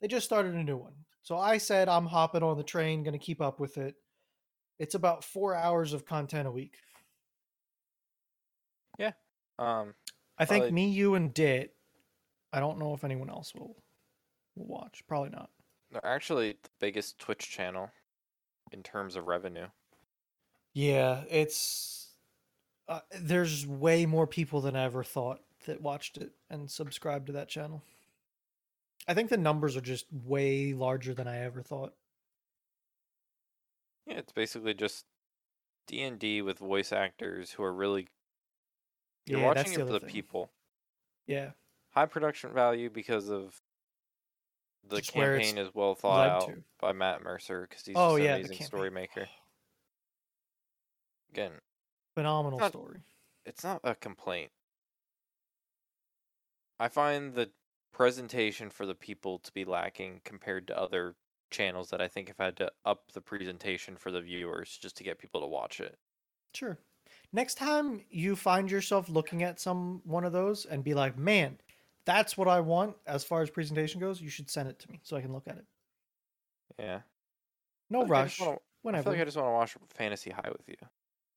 Speaker 2: They just started a new one. So I said I'm hopping on the train, going to keep up with it. It's about 4 hours of content a week.
Speaker 1: Um,
Speaker 2: I think
Speaker 1: Probably-
Speaker 2: me, you and Dit. I don't know if anyone else will will watch. Probably not.
Speaker 1: they're actually the biggest Twitch channel in terms of revenue.
Speaker 2: Yeah, it's uh, there's way more people than I ever thought that watched it and subscribed to that channel. I think the numbers are just way larger than I ever thought.
Speaker 1: Yeah, it's basically just D and D with voice actors who are really you're
Speaker 2: yeah,
Speaker 1: watching it for the
Speaker 2: thing.
Speaker 1: people.
Speaker 2: Yeah,
Speaker 1: High production value because of the
Speaker 2: Just where it's
Speaker 1: campaign is well thought
Speaker 2: led
Speaker 1: out
Speaker 2: to.
Speaker 1: by Matt Mercer because he's
Speaker 2: Oh,
Speaker 1: just an
Speaker 2: yeah, the
Speaker 1: amazing
Speaker 2: campaign.
Speaker 1: story maker. Again,
Speaker 2: phenomenal
Speaker 1: Not-
Speaker 2: story.
Speaker 1: it's not a complaint. I find the presentation for the people to be lacking compared to other channels that I think have had to up the presentation for the viewers just to get people to watch it.
Speaker 2: Sure. Next time you find yourself looking at some one of those and be like, "Man, that's what I want." As far as presentation goes, you should send it to me so I can look at it.
Speaker 1: Yeah.
Speaker 2: No
Speaker 1: I
Speaker 2: rush.
Speaker 1: just wanna- I
Speaker 2: whenever.
Speaker 1: feel like I just want to watch Fantasy High with you.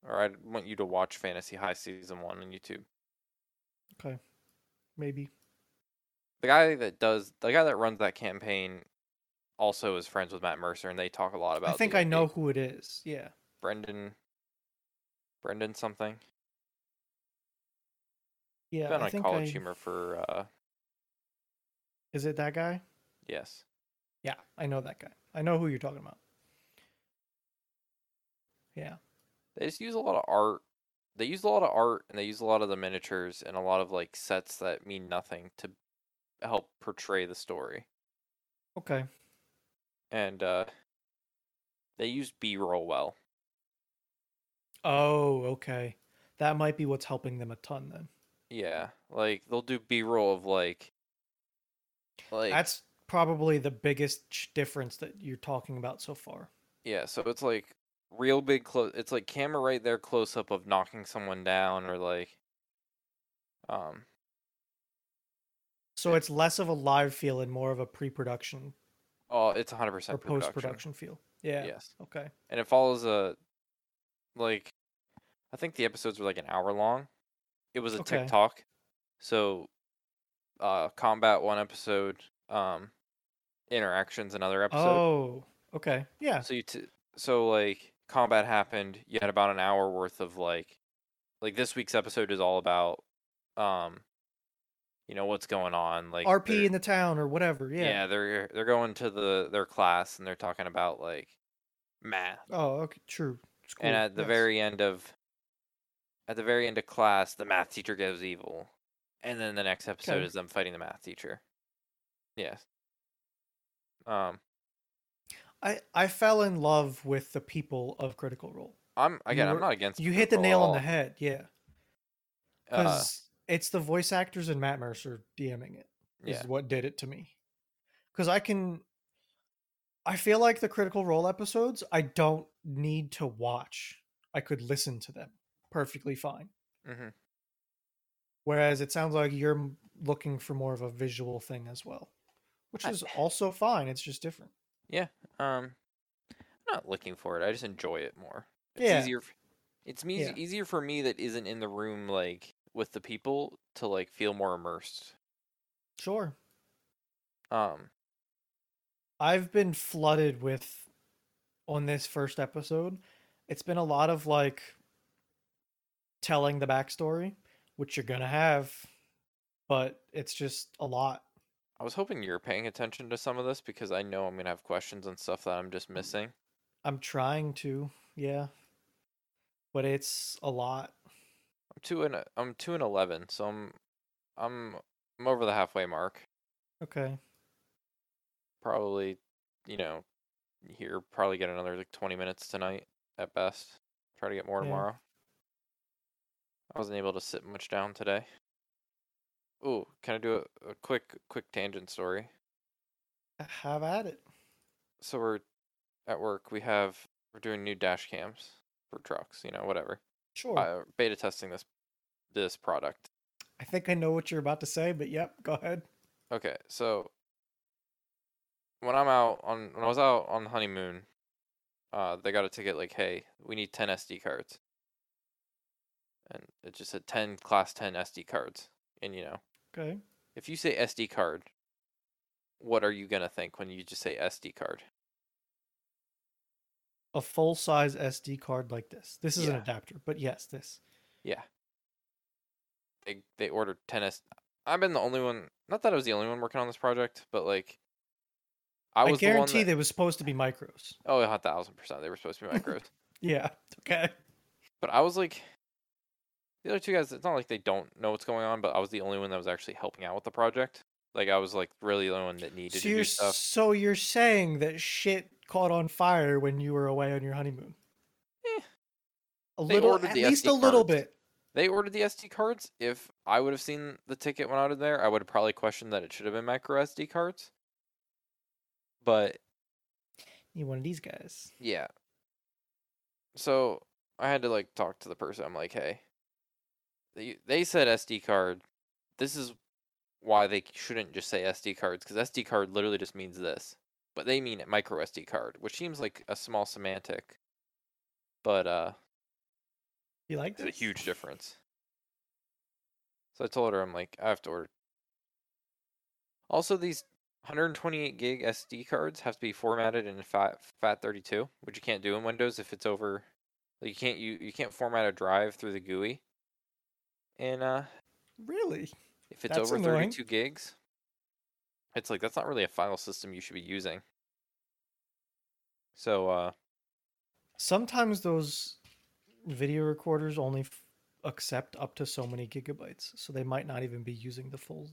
Speaker 1: Or I want you to watch Fantasy High season 1 on YouTube.
Speaker 2: Maybe.
Speaker 1: The guy that does the guy that runs that campaign also is friends with Matt Mercer and they talk a lot about
Speaker 2: I think I
Speaker 1: D&D.
Speaker 2: know who it is. Yeah.
Speaker 1: Brendan Brendan something.
Speaker 2: Yeah.
Speaker 1: Been
Speaker 2: I
Speaker 1: on
Speaker 2: think
Speaker 1: college
Speaker 2: I-
Speaker 1: humor for uh
Speaker 2: Is it that guy?
Speaker 1: Yes.
Speaker 2: Yeah, I know that guy. I know who you're talking about. Yeah.
Speaker 1: They just use a lot of art. They use a lot of art and they use a lot of the miniatures and a lot of like sets that mean nothing to help portray the story.
Speaker 2: Okay.
Speaker 1: And uh they use B roll well.
Speaker 2: Oh, okay. That might be what's helping them a ton then.
Speaker 1: Yeah. Like they'll do B roll of like like
Speaker 2: That's probably the biggest ch- difference that you're talking about so far.
Speaker 1: Yeah, so it's like real big close. It's like camera right there, close up of knocking someone down, or like, um,
Speaker 2: So it's less of a live feel and more of a pre-production
Speaker 1: oh, it's hundred
Speaker 2: or
Speaker 1: percent
Speaker 2: post-production feel. Yeah.
Speaker 1: Yes,
Speaker 2: Okay.
Speaker 1: and it follows a, like, I think the episodes were like an hour long. It was a
Speaker 2: Okay.
Speaker 1: TikTok, so, uh, combat one episode, um, interactions another episode.
Speaker 2: Oh, okay. Yeah.
Speaker 1: So you t- so like combat happened. You had about an hour worth of like like this week's episode is all about um you know what's going on like
Speaker 2: RP
Speaker 1: they're-
Speaker 2: in the town or whatever.
Speaker 1: yeah.
Speaker 2: Yeah.
Speaker 1: they're they're going to the their class and they're talking about like math
Speaker 2: Oh, okay. True. It's
Speaker 1: and
Speaker 2: cool,
Speaker 1: at the
Speaker 2: yes.
Speaker 1: very end of at the very end of class the math teacher goes evil and then the next episode
Speaker 2: Okay.
Speaker 1: is them fighting the math teacher yes um
Speaker 2: I I fell in love with the people of Critical Role.
Speaker 1: i'm again i'm
Speaker 2: were-
Speaker 1: not against
Speaker 2: You hit the
Speaker 1: Critical at
Speaker 2: nail on the
Speaker 1: all,
Speaker 2: head. Yeah.
Speaker 1: uh,
Speaker 2: because it's the voice actors and Matt Mercer DMing it is
Speaker 1: Yeah.
Speaker 2: what did it to me. Because I can, I feel like the Critical Role episodes I don't need to watch. I could listen to them perfectly fine.
Speaker 1: mhm.
Speaker 2: Whereas it sounds like you're m- looking for more of a visual thing as well, which
Speaker 1: I-
Speaker 2: is also fine. It's just different.
Speaker 1: um i'm not looking for it i just enjoy it more it's
Speaker 2: Yeah.
Speaker 1: easier f- it's me
Speaker 2: Yeah.
Speaker 1: easier for me that isn't in the room like with the people to like feel more immersed
Speaker 2: Sure.
Speaker 1: um
Speaker 2: I've been flooded with on this first episode. It's been a lot of like telling the backstory, which you're gonna have, but it's just a lot.
Speaker 1: I was hoping you're paying attention to some of this because I know I'm gonna have questions and stuff that I'm just missing.
Speaker 2: I'm trying to, yeah, but it's a lot.
Speaker 1: I'm two and a- I'm two and eleven, so I'm I'm I'm over the halfway mark.
Speaker 2: Okay,
Speaker 1: Probably, you know, here probably get another like twenty minutes tonight at best. Try to get more
Speaker 2: Yeah.
Speaker 1: tomorrow. I wasn't able to sit much down today. Ooh, can I do a, a quick quick tangent story?
Speaker 2: have at it.
Speaker 1: so we're at work. We have we're doing new dash cams for trucks. You know, whatever.
Speaker 2: Sure. I,
Speaker 1: uh, beta testing this this product.
Speaker 2: think I know what you're about to say, but yep, go ahead.
Speaker 1: Okay, so when I'm out on when I was out on the honeymoon, uh, they got a ticket like, "Hey, we need ten SD cards," and it just said ten class ten SD cards. And you know,
Speaker 2: Okay.
Speaker 1: if you say SD card, what are you gonna think when you just say SD card?
Speaker 2: A full size SD card like this. This is an
Speaker 1: Yeah.
Speaker 2: adapter, but yes, this.
Speaker 1: they they ordered tennis. I've been the only one. Not that I was the only one working on this project, but like, I
Speaker 2: I,
Speaker 1: was
Speaker 2: guarantee
Speaker 1: the
Speaker 2: they was supposed to be micros.
Speaker 1: one that, Oh, a thousand percent. They were supposed to be micros,
Speaker 2: Yeah. Okay.
Speaker 1: but I was like, the other two guys. It's not like they don't know what's going on, but I was the only one that was actually helping out with the project. Like I was like really the only one that needed
Speaker 2: So
Speaker 1: to
Speaker 2: you're
Speaker 1: do stuff.
Speaker 2: so you're saying that shit caught on fire when you were away on your honeymoon?
Speaker 1: Eh.
Speaker 2: A
Speaker 1: They
Speaker 2: little,
Speaker 1: ordered
Speaker 2: at
Speaker 1: the
Speaker 2: least
Speaker 1: SD
Speaker 2: a little
Speaker 1: cards.
Speaker 2: bit.
Speaker 1: They ordered the SD cards. If I would have seen the ticket when I was there, I would have probably questioned that it should have been micro SD cards. But
Speaker 2: You one of these guys.
Speaker 1: Yeah. So I had to like talk to the person. I'm like, hey, they they said SD card. This is why they shouldn't just say SD cards because SD card literally just means this, but they mean it micro SD card, which seems like a small semantic, but uh,
Speaker 2: You like
Speaker 1: it's a
Speaker 2: this?
Speaker 1: huge difference. So I told her, I'm like, I have to order. Also, these 128 gig SD cards have to be formatted in FAT, FAT32, which you can't do in Windows if it's over. Like you can't you you can't format a drive through the GUI. And uh,
Speaker 2: Really?
Speaker 1: if it's
Speaker 2: That's
Speaker 1: over
Speaker 2: annoying.
Speaker 1: 32 gigs, it's like that's not really a file system you should be using. So uh,
Speaker 2: Sometimes those video recorders only f- accept up to so many gigabytes, so they might not even be using the full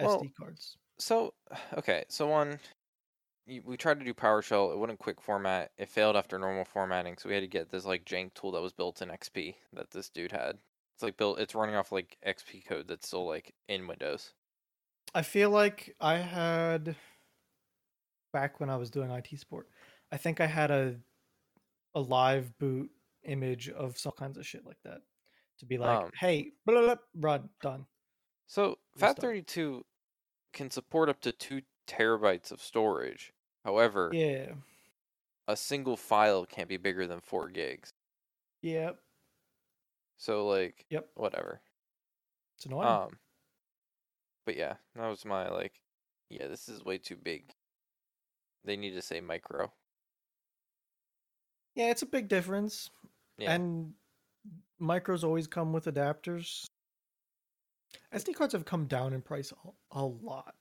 Speaker 1: Well,
Speaker 2: SD cards.
Speaker 1: So, okay, so on, y- we tried to do PowerShell. It wouldn't quick format. It failed after normal formatting, so we had to get this like jank tool that was built in XP that this dude had. It's like built. It's running off like XP code that's still like in Windows.
Speaker 2: I feel like I had back when I was doing IT support. I think I had a a live boot image of some kinds of shit like that to be like,
Speaker 1: Um,
Speaker 2: "Hey, blah, blah, blah, run, done."
Speaker 1: So
Speaker 2: stuff.
Speaker 1: FAT32 can support up to two terabytes of storage. However,
Speaker 2: Yeah,
Speaker 1: a single file can't be bigger than four gigs.
Speaker 2: yeah,
Speaker 1: So like,
Speaker 2: Yep.
Speaker 1: whatever.
Speaker 2: it's annoying.
Speaker 1: Um, but yeah, that was my like, yeah, this is way too big. They need to say micro.
Speaker 2: yeah, it's a big difference,
Speaker 1: Yeah.
Speaker 2: and micros always come with adapters, SD cards have come down in price a, a lot.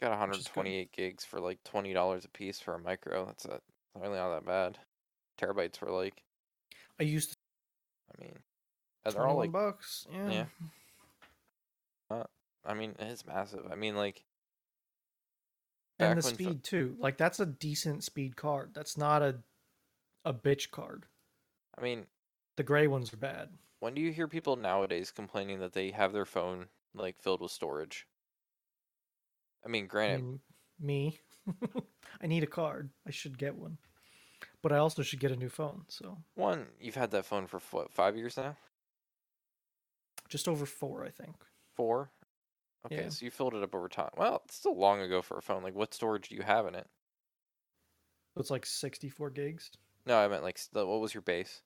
Speaker 1: Got
Speaker 2: is good.
Speaker 1: 128 gigs for like twenty dollars a piece for a micro. That's uh really not that bad. Terabytes were like,
Speaker 2: I used to
Speaker 1: I mean, and they're all like,
Speaker 2: bucks. Yeah.
Speaker 1: yeah. I mean, it's massive. I mean, like,
Speaker 2: And the
Speaker 1: back when fi-
Speaker 2: speed too. Like that's a decent speed card. That's not a a bitch card.
Speaker 1: I mean,
Speaker 2: The gray ones are bad.
Speaker 1: when do you hear people nowadays complaining that they have their phone like filled with storage? I mean,
Speaker 2: I
Speaker 1: granted,
Speaker 2: mean, me. I need a card. I should get one. But I also should get a new phone, so
Speaker 1: one you've had that phone for what five years now,
Speaker 2: just over 4, I think.
Speaker 1: four. Okay,
Speaker 2: Yeah.
Speaker 1: so you filled it up over time. Well, it's still long ago for a phone. Like, what storage do you have in it?
Speaker 2: So it's like 64 gigs.
Speaker 1: No, I meant like, s- the- what was your base?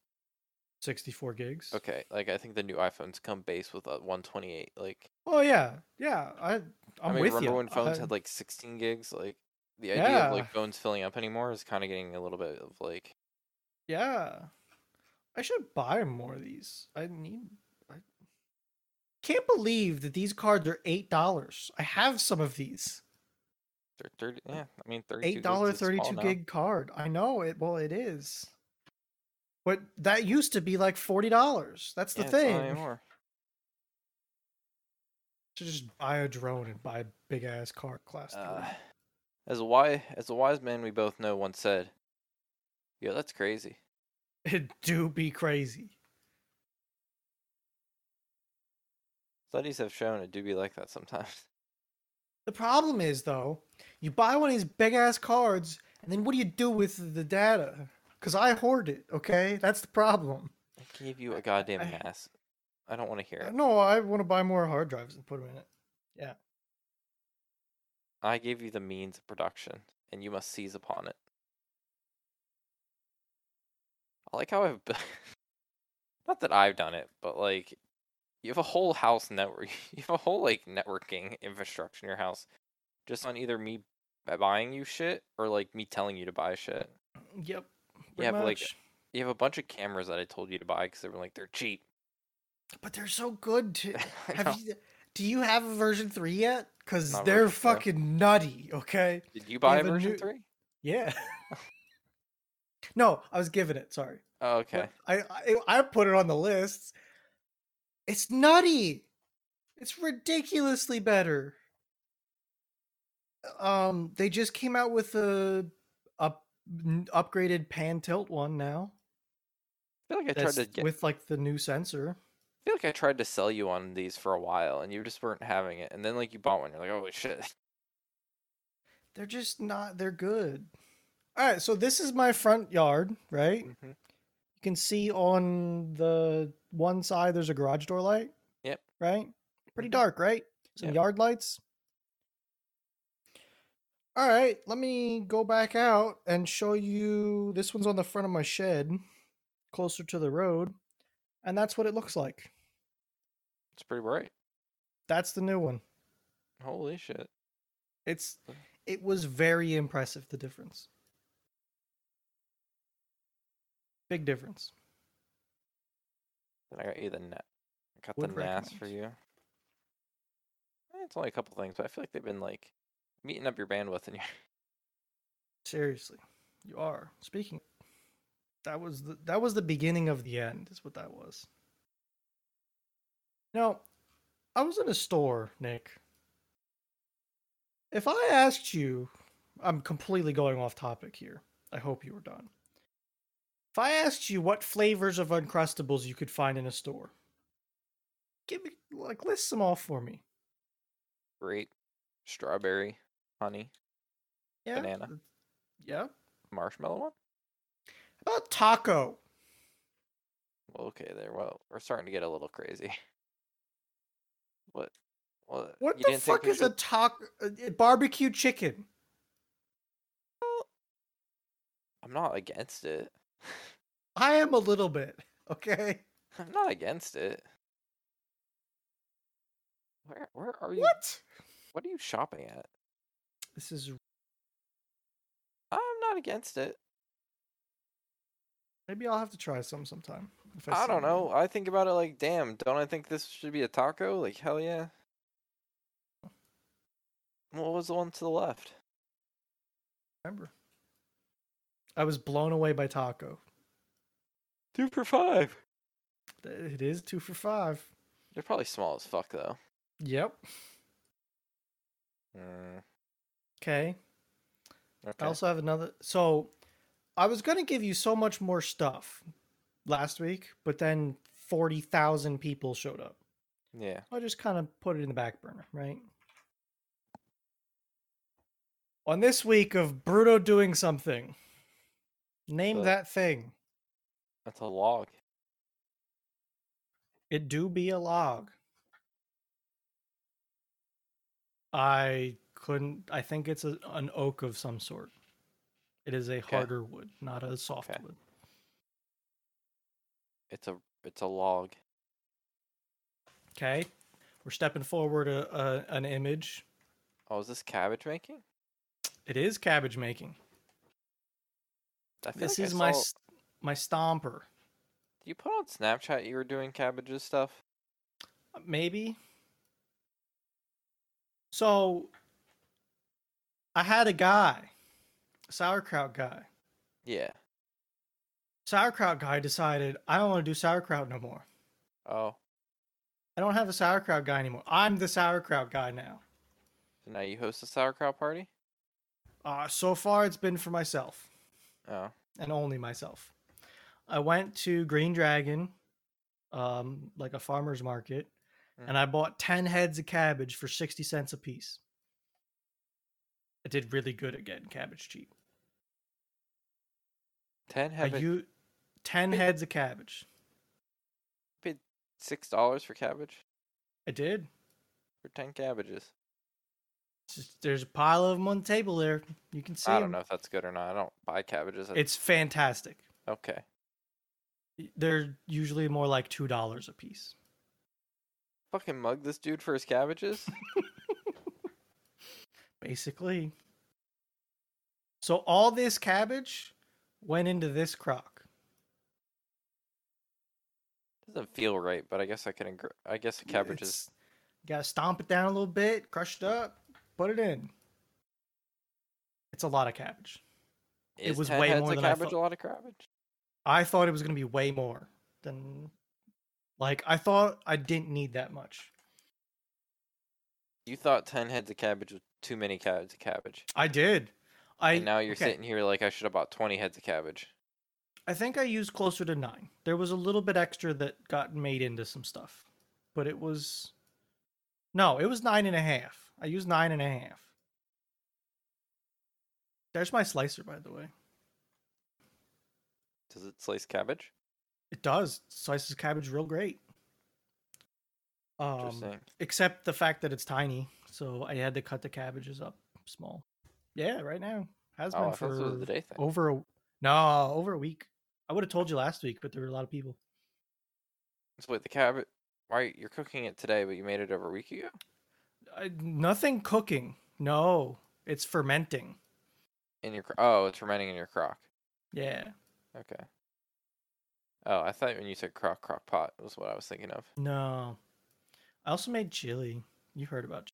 Speaker 2: 64 gigs.
Speaker 1: Okay, like I think the new iPhones come base with a 128. Like
Speaker 2: Oh yeah. Yeah, I I'm
Speaker 1: i mean,
Speaker 2: with
Speaker 1: remember
Speaker 2: you.
Speaker 1: when phones
Speaker 2: I-
Speaker 1: had like 16 gigs? Like the idea of
Speaker 2: Yeah.
Speaker 1: like phones filling up anymore is kind of getting a little bit of like
Speaker 2: Yeah. I should buy more of these. I need I can't believe that these cards are eight dollars. I have some of these.
Speaker 1: thir- 30. Yeah, I mean 32.
Speaker 2: Eight dollar
Speaker 1: gigs is small
Speaker 2: thirty two
Speaker 1: now.
Speaker 2: gig card. I know it well it is. But that used to be like forty dollars. That's the
Speaker 1: Yeah, it's not
Speaker 2: thing.
Speaker 1: anymore.
Speaker 2: Should just buy a drone and buy a big ass card class. three.
Speaker 1: Uh, as a wise as a wise man we both know once said, "Yeah, that's crazy."
Speaker 2: It do be crazy.
Speaker 1: Studies have shown it do be like that sometimes.
Speaker 2: The problem is though, you buy one of these big ass cards, and then what do you do with the data? Because I hoard it. Okay, that's the problem.
Speaker 1: I gave you a goddamn
Speaker 2: I-
Speaker 1: mass. I don't want to hear
Speaker 2: Uh,
Speaker 1: it.
Speaker 2: No, I want to buy more hard drives and put them in it.
Speaker 1: I gave you the means of production, and you must seize upon it. I like how I've, b- not that I've done it, but like, you have a whole house network. You have a whole like networking infrastructure in your house, just on either me b- buying you shit or like me telling you to buy shit.
Speaker 2: Yep.
Speaker 1: Yeah,
Speaker 2: pretty
Speaker 1: but, like,
Speaker 2: much.
Speaker 1: You have a bunch of cameras that I told you to buy because they were like they're cheap.
Speaker 2: But they're so good. To,
Speaker 1: I know.
Speaker 2: have you? Do you have a version three yet? Because
Speaker 1: Not
Speaker 2: they're
Speaker 1: version four.
Speaker 2: fucking nutty. Okay.
Speaker 1: Did you buy
Speaker 2: have a
Speaker 1: version
Speaker 2: new-
Speaker 1: three?
Speaker 2: Yeah. no, I was given it. Sorry.
Speaker 1: Oh, okay.
Speaker 2: But I, I I put it on the list. It's nutty. It's ridiculously better. Um, they just came out with a up n- upgraded pan tilt one now.
Speaker 1: I feel like I tried
Speaker 2: That's
Speaker 1: to get.
Speaker 2: with like the new sensor.
Speaker 1: I feel like I tried to sell you on these for a while, and you just weren't having it. And then like you bought one, you're like, "Holy shit!"
Speaker 2: They're just not. They're good. All right, so this is my front yard, right? You
Speaker 1: Mhm.
Speaker 2: can see on the one side there's a garage door light.
Speaker 1: Yep.
Speaker 2: Right. Pretty
Speaker 1: Mhm.
Speaker 2: dark, right? Some
Speaker 1: Yep.
Speaker 2: yard lights. All right, let me go back out and show you. This one's on the front of my shed, closer to the road, and that's what it looks like.
Speaker 1: It's pretty bright.
Speaker 2: That's the new one.
Speaker 1: Holy shit!
Speaker 2: It's
Speaker 1: Okay.
Speaker 2: it was very impressive the difference. Big difference.
Speaker 1: Then I got you the net. I got
Speaker 2: Would
Speaker 1: the NAS for
Speaker 2: recommend.
Speaker 1: you. Eh, It's only a couple things, but I feel like they've been like meeting up your bandwidth and your.
Speaker 2: Seriously. You are. Speaking that was the that was the beginning of the end, is what that was. Now, I was in a store, Nick. If I asked you, I'm completely going off topic here. I hope you were done. If I asked you what flavors of Uncrustables you could find in a store, give me like list them all for me.
Speaker 1: grape, strawberry, honey,
Speaker 2: Yeah. Mm.
Speaker 1: Banana.
Speaker 2: th- Yeah.
Speaker 1: marshmallow one.
Speaker 2: How About taco.
Speaker 1: Well, okay, there. Well, we're starting to get a little crazy. What? What?
Speaker 2: What
Speaker 1: you
Speaker 2: the
Speaker 1: didn't think
Speaker 2: fuck
Speaker 1: we
Speaker 2: is a
Speaker 1: should-
Speaker 2: taco? a barbecue chicken.
Speaker 1: I'm not against it.
Speaker 2: I am a little bit okay.
Speaker 1: I'm not against it. Where where are you?
Speaker 2: What?
Speaker 1: What are you shopping at?
Speaker 2: This is
Speaker 1: I'm not against it.
Speaker 2: maybe I'll have to try some sometime. If
Speaker 1: I
Speaker 2: see
Speaker 1: don't
Speaker 2: one.
Speaker 1: know. I think about it like, damn, don't I think this should be a taco? Like, hell yeah. What was the one to the left?
Speaker 2: Remember, I was blown away by taco.
Speaker 1: Two for five.
Speaker 2: Th- It is two for five.
Speaker 1: They're probably small as fuck though.
Speaker 2: Yep.
Speaker 1: Mm,
Speaker 2: Okay. I
Speaker 1: okay.
Speaker 2: also have another. So I was going to give you so much more stuff last week, but then 40,000 people showed up.
Speaker 1: yeah.
Speaker 2: I just kind of put it in the back burner, right? On this week of Bruto doing something, name
Speaker 1: Uh,
Speaker 2: that thing.
Speaker 1: That's a log.
Speaker 2: It do be a log. I couldn't. I think it's a, an oak of some sort. It is a harder wood, not a soft
Speaker 1: Okay.
Speaker 2: wood.
Speaker 1: It's a it's a log.
Speaker 2: Okay, we're stepping forward a, a, an image.
Speaker 1: Oh, is this cabbage making?
Speaker 2: It is cabbage making.
Speaker 1: I feel
Speaker 2: This
Speaker 1: like I
Speaker 2: is my
Speaker 1: saw-
Speaker 2: s my stomper.
Speaker 1: You put on Snapchat you were doing cabbages stuff.
Speaker 2: maybe. So I had a guy, a sauerkraut guy.
Speaker 1: Yeah.
Speaker 2: Sauerkraut guy decided I don't want to do sauerkraut no more.
Speaker 1: Oh,
Speaker 2: I don't have a sauerkraut guy anymore. I'm the sauerkraut guy now.
Speaker 1: so now you host a sauerkraut party?
Speaker 2: Uh, so far, it's been for myself
Speaker 1: Oh,
Speaker 2: and only myself. I went to Green Dragon, um, like a farmer's market, and I bought 10 heads of cabbage for 60 cents a piece. I did really good at getting cabbage cheap.
Speaker 1: ten
Speaker 2: Are
Speaker 1: have it
Speaker 2: you 10
Speaker 1: Wait.
Speaker 2: heads of cabbage?
Speaker 1: six dollars for cabbage
Speaker 2: I did.
Speaker 1: for ten cabbages.
Speaker 2: It's just- there's a pile of them on the table there. You can see
Speaker 1: I
Speaker 2: 'em.
Speaker 1: don't know if that's good or not. I don't buy cabbages. I-
Speaker 2: It's fantastic.
Speaker 1: okay.
Speaker 2: Y- They're usually more like $2 a piece.
Speaker 1: Fucking mug this dude for his cabbages.
Speaker 2: Basically. So all this cabbage went into this crock.
Speaker 1: Doesn't feel right, but I guess I can. Agree. I guess
Speaker 2: Yeah,
Speaker 1: cabbage is
Speaker 2: it's- You gotta stomp it down a little bit, crush it up, put it in. It's a lot of cabbage. it
Speaker 1: Is
Speaker 2: was
Speaker 1: 10
Speaker 2: way
Speaker 1: heads
Speaker 2: more
Speaker 1: of
Speaker 2: than I
Speaker 1: cabbage
Speaker 2: thought.
Speaker 1: a lot of cabbage?
Speaker 2: I thought it was gonna be way more than like I thought I didn't need that much.
Speaker 1: You thought ten heads of cabbage was too many heads of cabbage,
Speaker 2: I did. I
Speaker 1: and now you're
Speaker 2: okay,
Speaker 1: sitting here like I should have bought twenty heads of cabbage.
Speaker 2: I think I used closer to nine. There was a little bit extra that got made into some stuff, but it was no, it was nine and a half. I used nine and a half. There's my slicer, by the way.
Speaker 1: Does it slice cabbage?
Speaker 2: It does slices cabbage real great. Um,
Speaker 1: Interesting.
Speaker 2: except the fact that it's tiny, so I had to cut the cabbages up small. Yeah, right now has
Speaker 1: oh, I
Speaker 2: been
Speaker 1: thought this was
Speaker 2: for
Speaker 1: the day thing.
Speaker 2: over a no over a week. I would have told you last week, but there were a lot of people.
Speaker 1: So wait, the cabbage. Why you're cooking it today, but you made it over a week ago?
Speaker 2: I, nothing cooking. No, it's fermenting.
Speaker 1: In your cro- oh, it's remaining in your crock.
Speaker 2: Yeah,
Speaker 1: Okay. Oh, I thought when you said crock crock pot was what I was thinking of.
Speaker 2: no. I also made chili. You heard about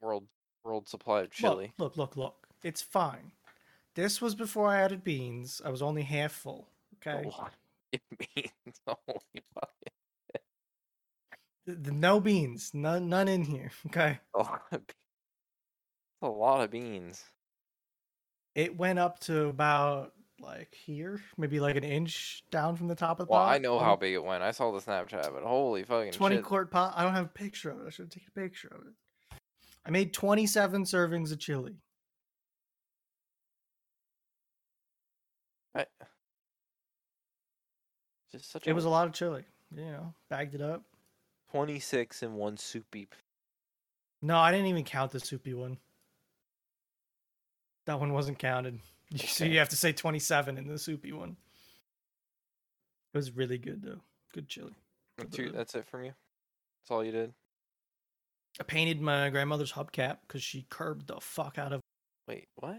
Speaker 1: World world supply of
Speaker 2: Look,
Speaker 1: chili.
Speaker 2: Look, look, look, It's fine. This was before I added beans. I was only half full. Okay.
Speaker 1: Oh, It means holy fuck.
Speaker 2: Th- th- no beans. None, none in here. Okay.
Speaker 1: A lot of be- a lot of beans.
Speaker 2: It went up to about like here, maybe like an inch down from the top of the
Speaker 1: Well,
Speaker 2: pot.
Speaker 1: I know
Speaker 2: on
Speaker 1: how
Speaker 2: the
Speaker 1: big it went. I saw the Snapchat, but holy fucking
Speaker 2: 20
Speaker 1: shit.
Speaker 2: quart pot. I don't have a picture of it. I should have taken a picture of it. I made 27 servings of chili.
Speaker 1: Just such
Speaker 2: It was a lot of chili. You know, bagged it up.
Speaker 1: 26 in one soupy.
Speaker 2: No, I didn't even count the soupy one. That one wasn't counted. You- So
Speaker 1: Okay.
Speaker 2: you have to say 27 in the soupy one. It was really good though. Good chili.
Speaker 1: That's you- that's it from you. That's all you did.
Speaker 2: I painted my grandmother's hubcap because she curbed the fuck out of.
Speaker 1: Wait, what?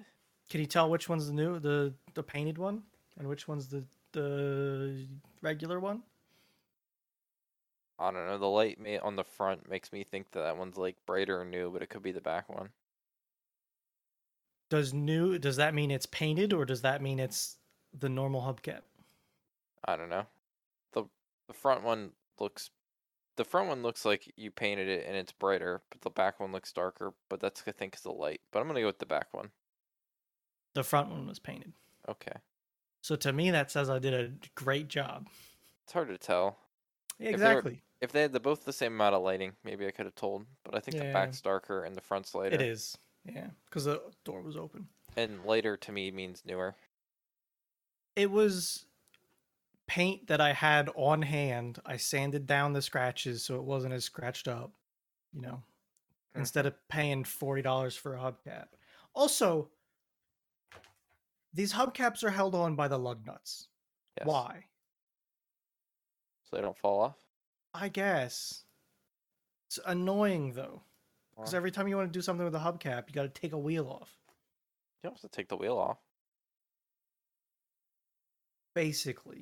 Speaker 2: Can you tell which one's the new, the the painted one, and which one's the the regular one?
Speaker 1: I don't know. The light ma- on the front makes me think that that one's like brighter or new, but it could be the back one.
Speaker 2: Does new does that mean it's painted or does that mean it's the normal hubcap?
Speaker 1: I don't know. the The front one looks, the front one looks like you painted it and it's brighter, but the back one looks darker. But that's I think is the light. But I'm gonna go with the back one.
Speaker 2: The front one was painted.
Speaker 1: Okay,
Speaker 2: So to me that says I did a great job.
Speaker 1: it's hard to tell.
Speaker 2: Yeah,
Speaker 1: If they were-
Speaker 2: exactly.
Speaker 1: If they had the, both the same amount of lighting, maybe I could have told. But I think the
Speaker 2: Yeah.
Speaker 1: back's darker and the front's lighter.
Speaker 2: It is. Yeah, cuz the door was open.
Speaker 1: And lighter to me means newer.
Speaker 2: It was paint that I had on hand. I sanded down the scratches so it wasn't as scratched up, you know,
Speaker 1: Mhm.
Speaker 2: instead of paying $40 for a hubcap. Also, these hubcaps are held on by the lug nuts.
Speaker 1: Yes.
Speaker 2: Why?
Speaker 1: So they don't fall off.
Speaker 2: I guess. It's annoying though, because
Speaker 1: Well,
Speaker 2: every time you want to do something with a hubcap, you got to take a wheel off.
Speaker 1: You don't have to take the wheel off.
Speaker 2: Basically.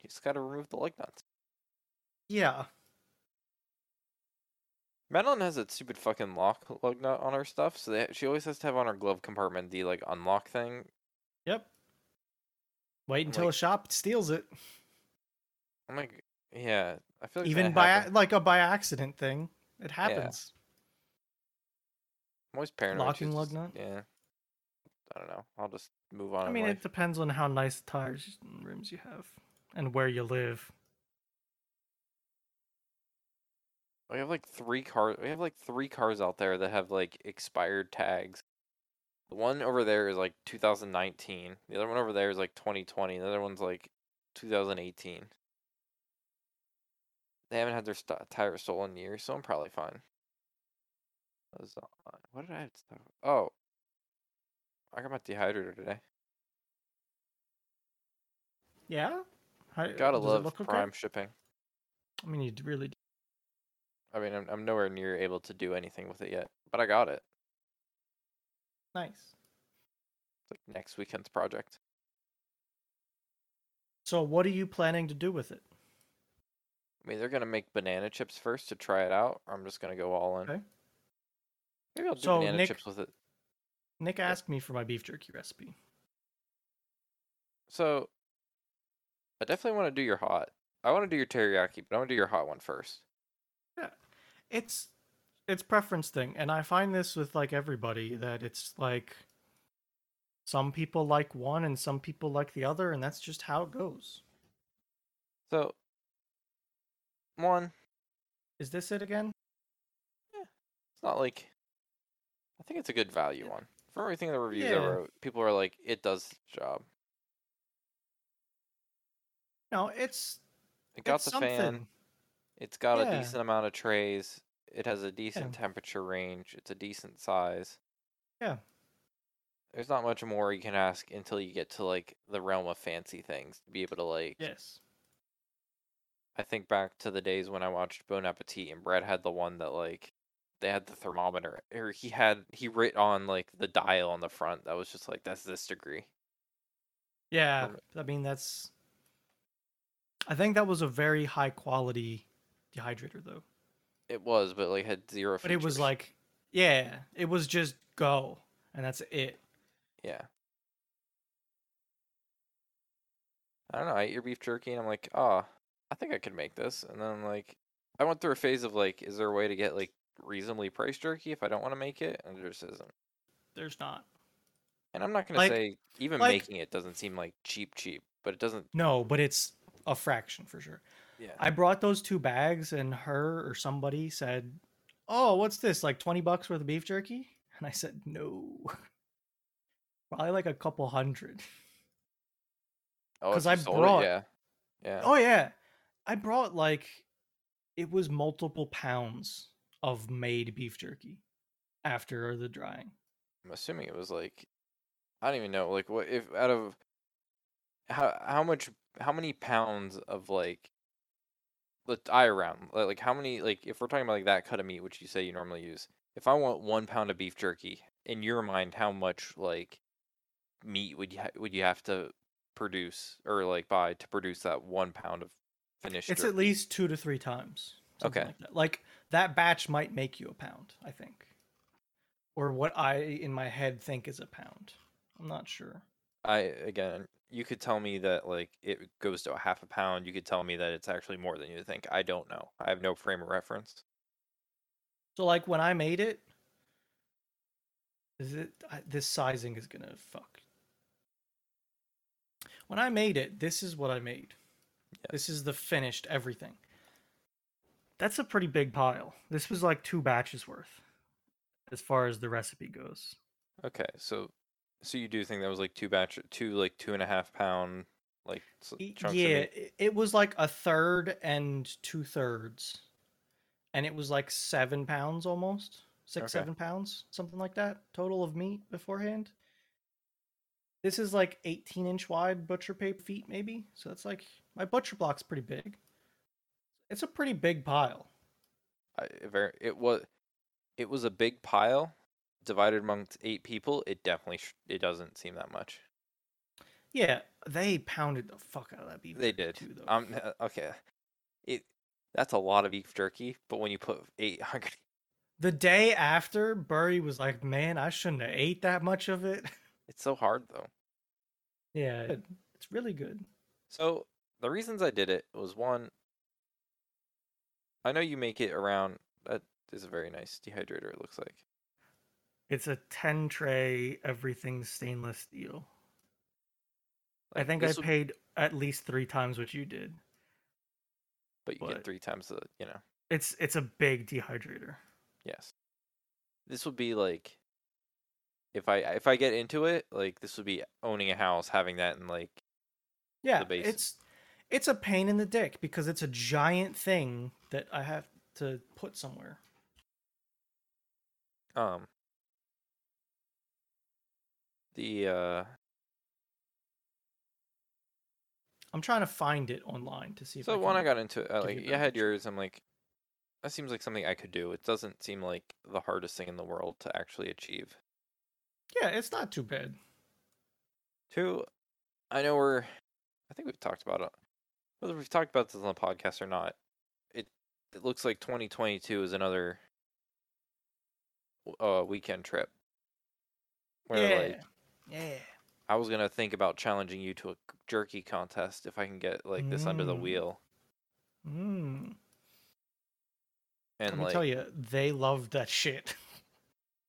Speaker 1: You just got to remove the lug nuts.
Speaker 2: Yeah.
Speaker 1: Madeline has that stupid fucking lock lug nut on her stuff, so they, she always has to have on her glove compartment the like unlock thing.
Speaker 2: Yep. Wait
Speaker 1: I'm
Speaker 2: until
Speaker 1: like-
Speaker 2: a shop steals it,
Speaker 1: I'm like, yeah, I feel like
Speaker 2: even
Speaker 1: that
Speaker 2: by
Speaker 1: happened.
Speaker 2: a, like a by accident thing. It happens.
Speaker 1: I'm always paranoid.
Speaker 2: locking
Speaker 1: she's
Speaker 2: lug
Speaker 1: just-
Speaker 2: nut?
Speaker 1: Yeah. I don't know. I'll just move on.
Speaker 2: I
Speaker 1: in
Speaker 2: mean,
Speaker 1: life.
Speaker 2: it depends on how nice the tires and rims you have and where you live.
Speaker 1: we have like three cars. We have like three cars out there that have like expired tags. The one over there is like 2019. The other one over there is like 2020. The other one's like 2018. They haven't had their st- tire stolen in years, so I'm probably fine. That was on- What did I have to talk Oh. I got my dehydrator today.
Speaker 2: Yeah? How,
Speaker 1: Gotta
Speaker 2: does it
Speaker 1: love
Speaker 2: look okay?
Speaker 1: prime shipping.
Speaker 2: I mean, you d- really do.
Speaker 1: I mean, I'm, I'm nowhere near able to do anything with it yet, but I got it.
Speaker 2: Nice.
Speaker 1: It's like next weekend's project.
Speaker 2: So, what are you planning to do with it?
Speaker 1: I mean, they're gonna make banana chips first to try it out. Or I'm just gonna go all in.
Speaker 2: Okay.
Speaker 1: Maybe I'll do
Speaker 2: So,
Speaker 1: banana
Speaker 2: Nick-
Speaker 1: chips with it.
Speaker 2: Nick asked me for my beef jerky recipe.
Speaker 1: So, I definitely want to do your hot. I want to do your teriyaki, but I want to do your hot one first.
Speaker 2: it's it's preference thing and i find this with like everybody
Speaker 1: Mm.
Speaker 2: that it's like some people like one and some people like the other and that's just how it goes
Speaker 1: So, one,
Speaker 2: is this it again
Speaker 1: it's not like I think it's a good value one. For everything in the reviews I
Speaker 2: Yeah.
Speaker 1: wrote, people are like, "It does its job."
Speaker 2: no it's
Speaker 1: It got
Speaker 2: it's
Speaker 1: the
Speaker 2: something
Speaker 1: fan. It's got a
Speaker 2: Yeah.
Speaker 1: decent amount of trays. It has a decent temperature range. It's a decent size.
Speaker 2: Yeah.
Speaker 1: There's not much more you can ask until you get to like the realm of fancy things to be able to like.
Speaker 2: yes
Speaker 1: I think back to the days when I watched Bon Appetit and Brad had the one that like they had the thermometer or he had he writ on like the dial on the front that was just like that's this degree.
Speaker 2: yeah
Speaker 1: Perfect.
Speaker 2: i mean that's i think that was a very high quality dehydrator though
Speaker 1: It was, but like had zero.
Speaker 2: but it was
Speaker 1: features.
Speaker 2: like yeah it was just go and that's it
Speaker 1: Yeah. I don't know. I eat your beef jerky and I'm like, ah, I think I could make this. And then I'm like, I went through a phase of like, is there a way to get like reasonably priced jerky if I don't want to make it? And there just isn't.
Speaker 2: there's not
Speaker 1: And I'm not gonna
Speaker 2: Like-
Speaker 1: say even
Speaker 2: like-
Speaker 1: making it doesn't seem like cheap, cheap, but it doesn't.
Speaker 2: no but it's a fraction for sure
Speaker 1: Yeah.
Speaker 2: I brought those two bags, and her or somebody said, "Oh, what's this? Like twenty bucks worth of beef jerky?" And I said, "No, probably like a couple hundred."
Speaker 1: Oh, if
Speaker 2: 'cause
Speaker 1: you
Speaker 2: I
Speaker 1: sold it,
Speaker 2: brought-
Speaker 1: yeah. Yeah.
Speaker 2: Oh yeah, I brought like it was multiple pounds of made beef jerky after the drying.
Speaker 1: I'm assuming it was like, I don't even know. Like, what if out of how how much how many pounds of like the eye around li- like how many like if we're talking about like that cut of meat which you say you normally use if I want one pound of beef jerky in your mind how much like meat would you ha- would you have to produce or like buy to produce that one pound of finish.
Speaker 2: It's
Speaker 1: dri-
Speaker 2: at least two to three times. something
Speaker 1: Okay.
Speaker 2: Like that. Like, that batch might make you a pound, I think. Or what I in my head think is a pound. I'm not sure.
Speaker 1: I again, you could tell me that like it goes to a half a pound. You could tell me that it's actually more than you think. I don't know. I have no frame of reference.
Speaker 2: So like when I made it, is it I, this sizing is gonna fuck. When I made it, this is what I made. This is the finished everything. That's a pretty big pile. This was like two batches worth, as far as the recipe goes.
Speaker 1: Okay, so so you do think that was like two batch, two like two and a half pound like s-
Speaker 2: Y-
Speaker 1: chunks of
Speaker 2: yeah
Speaker 1: meat?
Speaker 2: i- it was like a third and two thirds and it was like seven pounds almost six
Speaker 1: Okay.
Speaker 2: seven pounds something like that total of meat beforehand this is like 18 inch wide butcher paper feet maybe so that's like my butcher block's pretty big it's a pretty big pile
Speaker 1: I, it very it was it was a big pile divided amongst eight people. It definitely sh- it doesn't seem that much.
Speaker 2: yeah they pounded the fuck out of that beef
Speaker 1: They
Speaker 2: jerky
Speaker 1: did.
Speaker 2: too, though.
Speaker 1: Um. Okay. It that's a lot of beef jerky, but when you put eight hundred,
Speaker 2: the day after burry was like man i shouldn't have ate that much of it
Speaker 1: it's so hard though.
Speaker 2: yeah it- it's really good
Speaker 1: So the reasons I did it was one. I know you make it around. That is a very nice dehydrator. It looks like.
Speaker 2: It's a 10 tray, everything stainless steel. I
Speaker 1: Like,
Speaker 2: think I
Speaker 1: this would-
Speaker 2: paid at least three times what you did.
Speaker 1: but you
Speaker 2: but-
Speaker 1: get three times the you know
Speaker 2: It's it's a big dehydrator.
Speaker 1: yes this would be like if i if i get into it like this would be owning a house having that and like
Speaker 2: Yeah,
Speaker 1: base.
Speaker 2: it's it's a pain in the dick because it's a giant thing that I have to put somewhere.
Speaker 1: um the uh
Speaker 2: I'm trying to find it online to see if
Speaker 1: so
Speaker 2: I
Speaker 1: when i
Speaker 2: can-
Speaker 1: got into it I,
Speaker 2: give you
Speaker 1: like
Speaker 2: a
Speaker 1: yeah i
Speaker 2: better
Speaker 1: had
Speaker 2: picture.
Speaker 1: yours i'm like that seems like something i could do it doesn't seem like the hardest thing in the world to actually achieve
Speaker 2: Yeah, it's not too bad.
Speaker 1: Two, I know we're. I think we've talked about it. Whether we've talked about this on the podcast or not, it it looks like 2022 is another w- uh weekend trip. Where
Speaker 2: yeah.
Speaker 1: like
Speaker 2: yeah.
Speaker 1: I was gonna think about challenging you to a c- jerky contest if I can get like this under the
Speaker 2: Mm.
Speaker 1: wheel
Speaker 2: Mm.
Speaker 1: and
Speaker 2: Let me
Speaker 1: like
Speaker 2: tell you, they love that shit.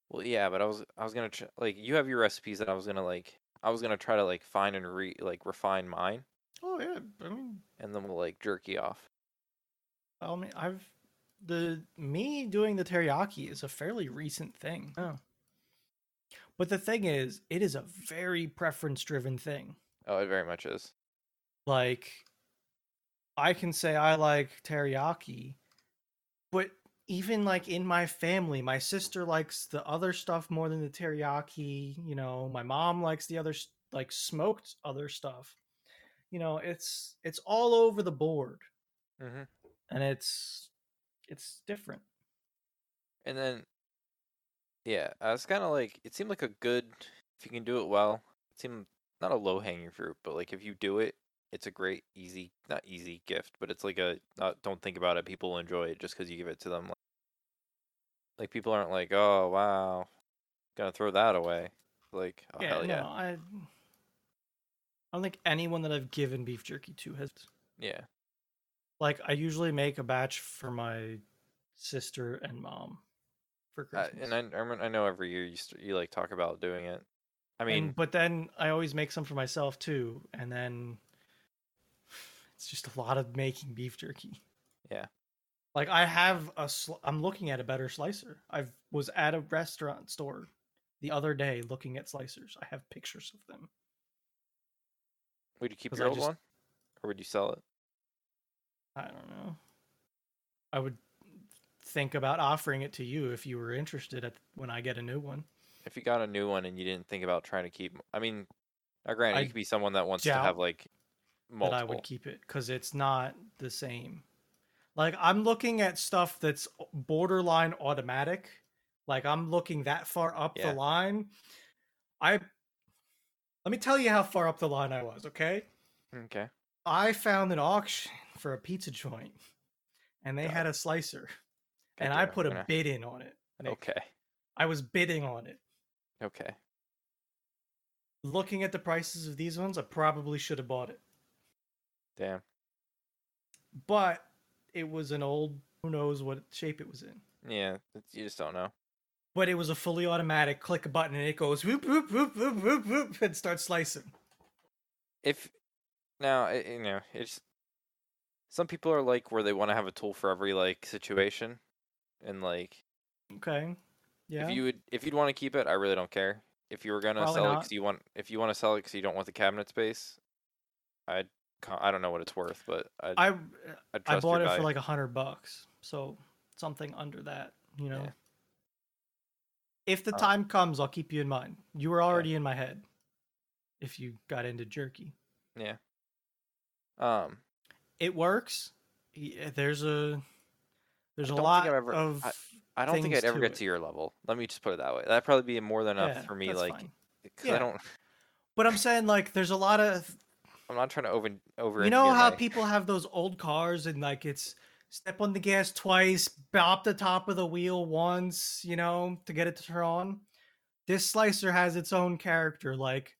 Speaker 1: well yeah, but I was I was gonna tr- like you have your recipes that I was gonna like I was gonna try to like find and re like refine mine
Speaker 2: Oh yeah, I mean
Speaker 1: and then we'll like jerky off.
Speaker 2: I mean, I've the me doing the teriyaki is a fairly recent thing. Oh. But the thing is, it is a very preference driven thing.
Speaker 1: Oh, it very much is.
Speaker 2: Like I can say I like teriyaki, but even like in my family, my sister likes the other stuff more than the teriyaki, you know, my mom likes the other s- like smoked other stuff. You know, it's it's all over the board
Speaker 1: Mm-hmm.
Speaker 2: and it's it's different.
Speaker 1: And then, yeah, I was kind of like, it seemed like a good, if you can do it well, it seemed not a low hanging fruit, but like if you do it, it's a great, easy, not easy gift, but it's like a, not, don't think about it. People will enjoy it just because you give it to them. Like, like people aren't like, oh, wow, gonna throw that away. Like, oh, hell yeah.
Speaker 2: No, I, I don't think anyone that I've given beef jerky to has.
Speaker 1: Yeah.
Speaker 2: Like, I usually make a batch for my sister and mom for
Speaker 1: I,
Speaker 2: Christmas.
Speaker 1: Uh, and I, I, remember, I know every year you, st- you like talk about doing it. I
Speaker 2: And-
Speaker 1: mean,
Speaker 2: but then I always make some for myself too, and then it's just a lot of making beef jerky.
Speaker 1: Yeah.
Speaker 2: Like I have a, sl- I'm looking at a better slicer. I was at a restaurant store the other day looking at slicers. I have pictures of them.
Speaker 1: would you keep
Speaker 2: 'cause
Speaker 1: your
Speaker 2: I
Speaker 1: old
Speaker 2: just-
Speaker 1: one or would you sell it?
Speaker 2: I don't know. I would think about offering it to you if you were interested at when I get a new one.
Speaker 1: if you got a new one and you didn't think about trying to keep, I mean, now granted,
Speaker 2: I
Speaker 1: you could be someone that wants to have
Speaker 2: doubt
Speaker 1: like
Speaker 2: That I
Speaker 1: multiple.
Speaker 2: would keep it cuz it's not the same. Like I'm looking at stuff that's borderline automatic. Like I'm looking that far up
Speaker 1: Yeah.
Speaker 2: the line. I Let me tell you how far up the line I was, okay?
Speaker 1: Mm, Okay.
Speaker 2: I found an auction for a pizza joint, and they
Speaker 1: Got
Speaker 2: had a slicer,
Speaker 1: God
Speaker 2: and I
Speaker 1: damn it,
Speaker 2: put a
Speaker 1: I'm gonna-
Speaker 2: bid in on it. Nick.
Speaker 1: Okay.
Speaker 2: I was bidding on it.
Speaker 1: Okay.
Speaker 2: Looking at the prices of these ones, I probably should have bought it,
Speaker 1: Damn.
Speaker 2: but it was an old, who knows what shape it was in.
Speaker 1: Yeah. it's- You just don't know.
Speaker 2: But it was a fully automatic. Click a button, and it goes whoop whoop whoop whoop whoop whoop, and starts slicing.
Speaker 1: If now i you know it's some people are like where they want to have a tool for every like situation, and like
Speaker 2: Okay. Yeah.
Speaker 1: if you would if you'd want to keep it, I really don't care. If you were gonna
Speaker 2: Probably
Speaker 1: sell it
Speaker 2: not.
Speaker 1: 'cause you want if you want to sell it because you don't want the cabinet space, I I don't know what it's worth, but I I,
Speaker 2: I I
Speaker 1: trust your
Speaker 2: bought it for
Speaker 1: value.
Speaker 2: like a hundred bucks, so something under that, you know.
Speaker 1: Yeah.
Speaker 2: If the
Speaker 1: Uh,
Speaker 2: time comes, I'll keep you in mind. You were already in my head. If you got into jerky,
Speaker 1: um
Speaker 2: it works. Yeah, there's a there's a
Speaker 1: don't think
Speaker 2: lot
Speaker 1: I've ever-
Speaker 2: of
Speaker 1: I don't think
Speaker 2: things
Speaker 1: I'd ever
Speaker 2: to
Speaker 1: get
Speaker 2: it.
Speaker 1: to your level. Let me just put it that way. That'd probably be more than enough
Speaker 2: yeah,
Speaker 1: for me,
Speaker 2: that's
Speaker 1: like
Speaker 2: fine.
Speaker 1: 'cause
Speaker 2: Yeah.
Speaker 1: I don't
Speaker 2: But I'm saying like there's a lot of
Speaker 1: I'm not trying to over over.
Speaker 2: you know
Speaker 1: engineer
Speaker 2: how
Speaker 1: my-
Speaker 2: people have those old cars and like it's step on the gas twice, bop the top of the wheel once, you know, to get it to turn on. This slicer has its own character. Like,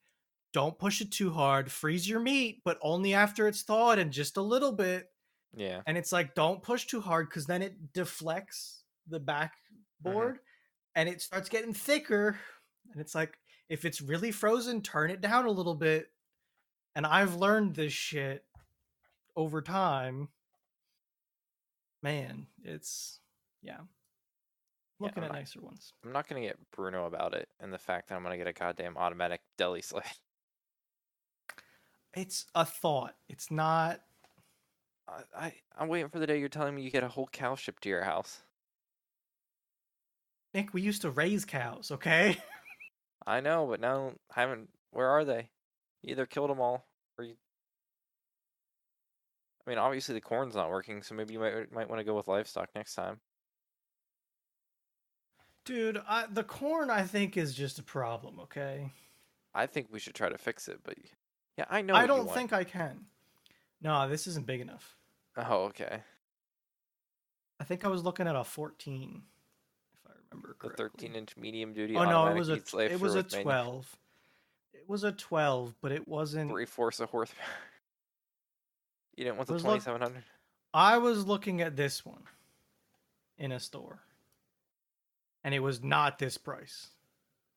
Speaker 2: don't push it too hard. Freeze your meat, but only after it's thawed and just a little bit.
Speaker 1: Yeah.
Speaker 2: And it's like, don't push too hard because then it deflects the backboard and it starts getting thicker. And it's like, if it's really frozen, turn it down a little bit. And I've learned this shit over time. Man, it's, yeah. Looking
Speaker 1: I'm
Speaker 2: at
Speaker 1: not-
Speaker 2: nicer ones.
Speaker 1: I'm not gonna get Bruno about it and the fact that I'm gonna get a goddamn automatic deli slice.
Speaker 2: It's a thought. It's not,
Speaker 1: I, I I'm waiting for the day you're telling me you get a whole cow shipped to your house.
Speaker 2: Nick, we used to raise cows, okay?
Speaker 1: I know, but now I haven't. Where are they? You either killed them all, or you. I mean, obviously the corn's not working, so maybe you might might want to go with livestock next time.
Speaker 2: Dude, I, the corn, I think, is just a problem, okay?
Speaker 1: I think we should try to fix it, but y- yeah, I know. what
Speaker 2: I
Speaker 1: you
Speaker 2: don't
Speaker 1: want.
Speaker 2: think I can. No, this isn't big enough.
Speaker 1: Oh, okay.
Speaker 2: I think I was looking at a 14, if I remember
Speaker 1: The
Speaker 2: correctly.
Speaker 1: 13-inch medium-duty.
Speaker 2: Oh no, it
Speaker 1: automatic
Speaker 2: was a
Speaker 1: heat slave
Speaker 2: it
Speaker 1: through
Speaker 2: was a
Speaker 1: with manu-
Speaker 2: 12. It was a 12, but it wasn't.
Speaker 1: Three-fourths of horsepower. you didn't want the
Speaker 2: Was look-
Speaker 1: 2700.
Speaker 2: I was looking at this one in a store, and it was not this price.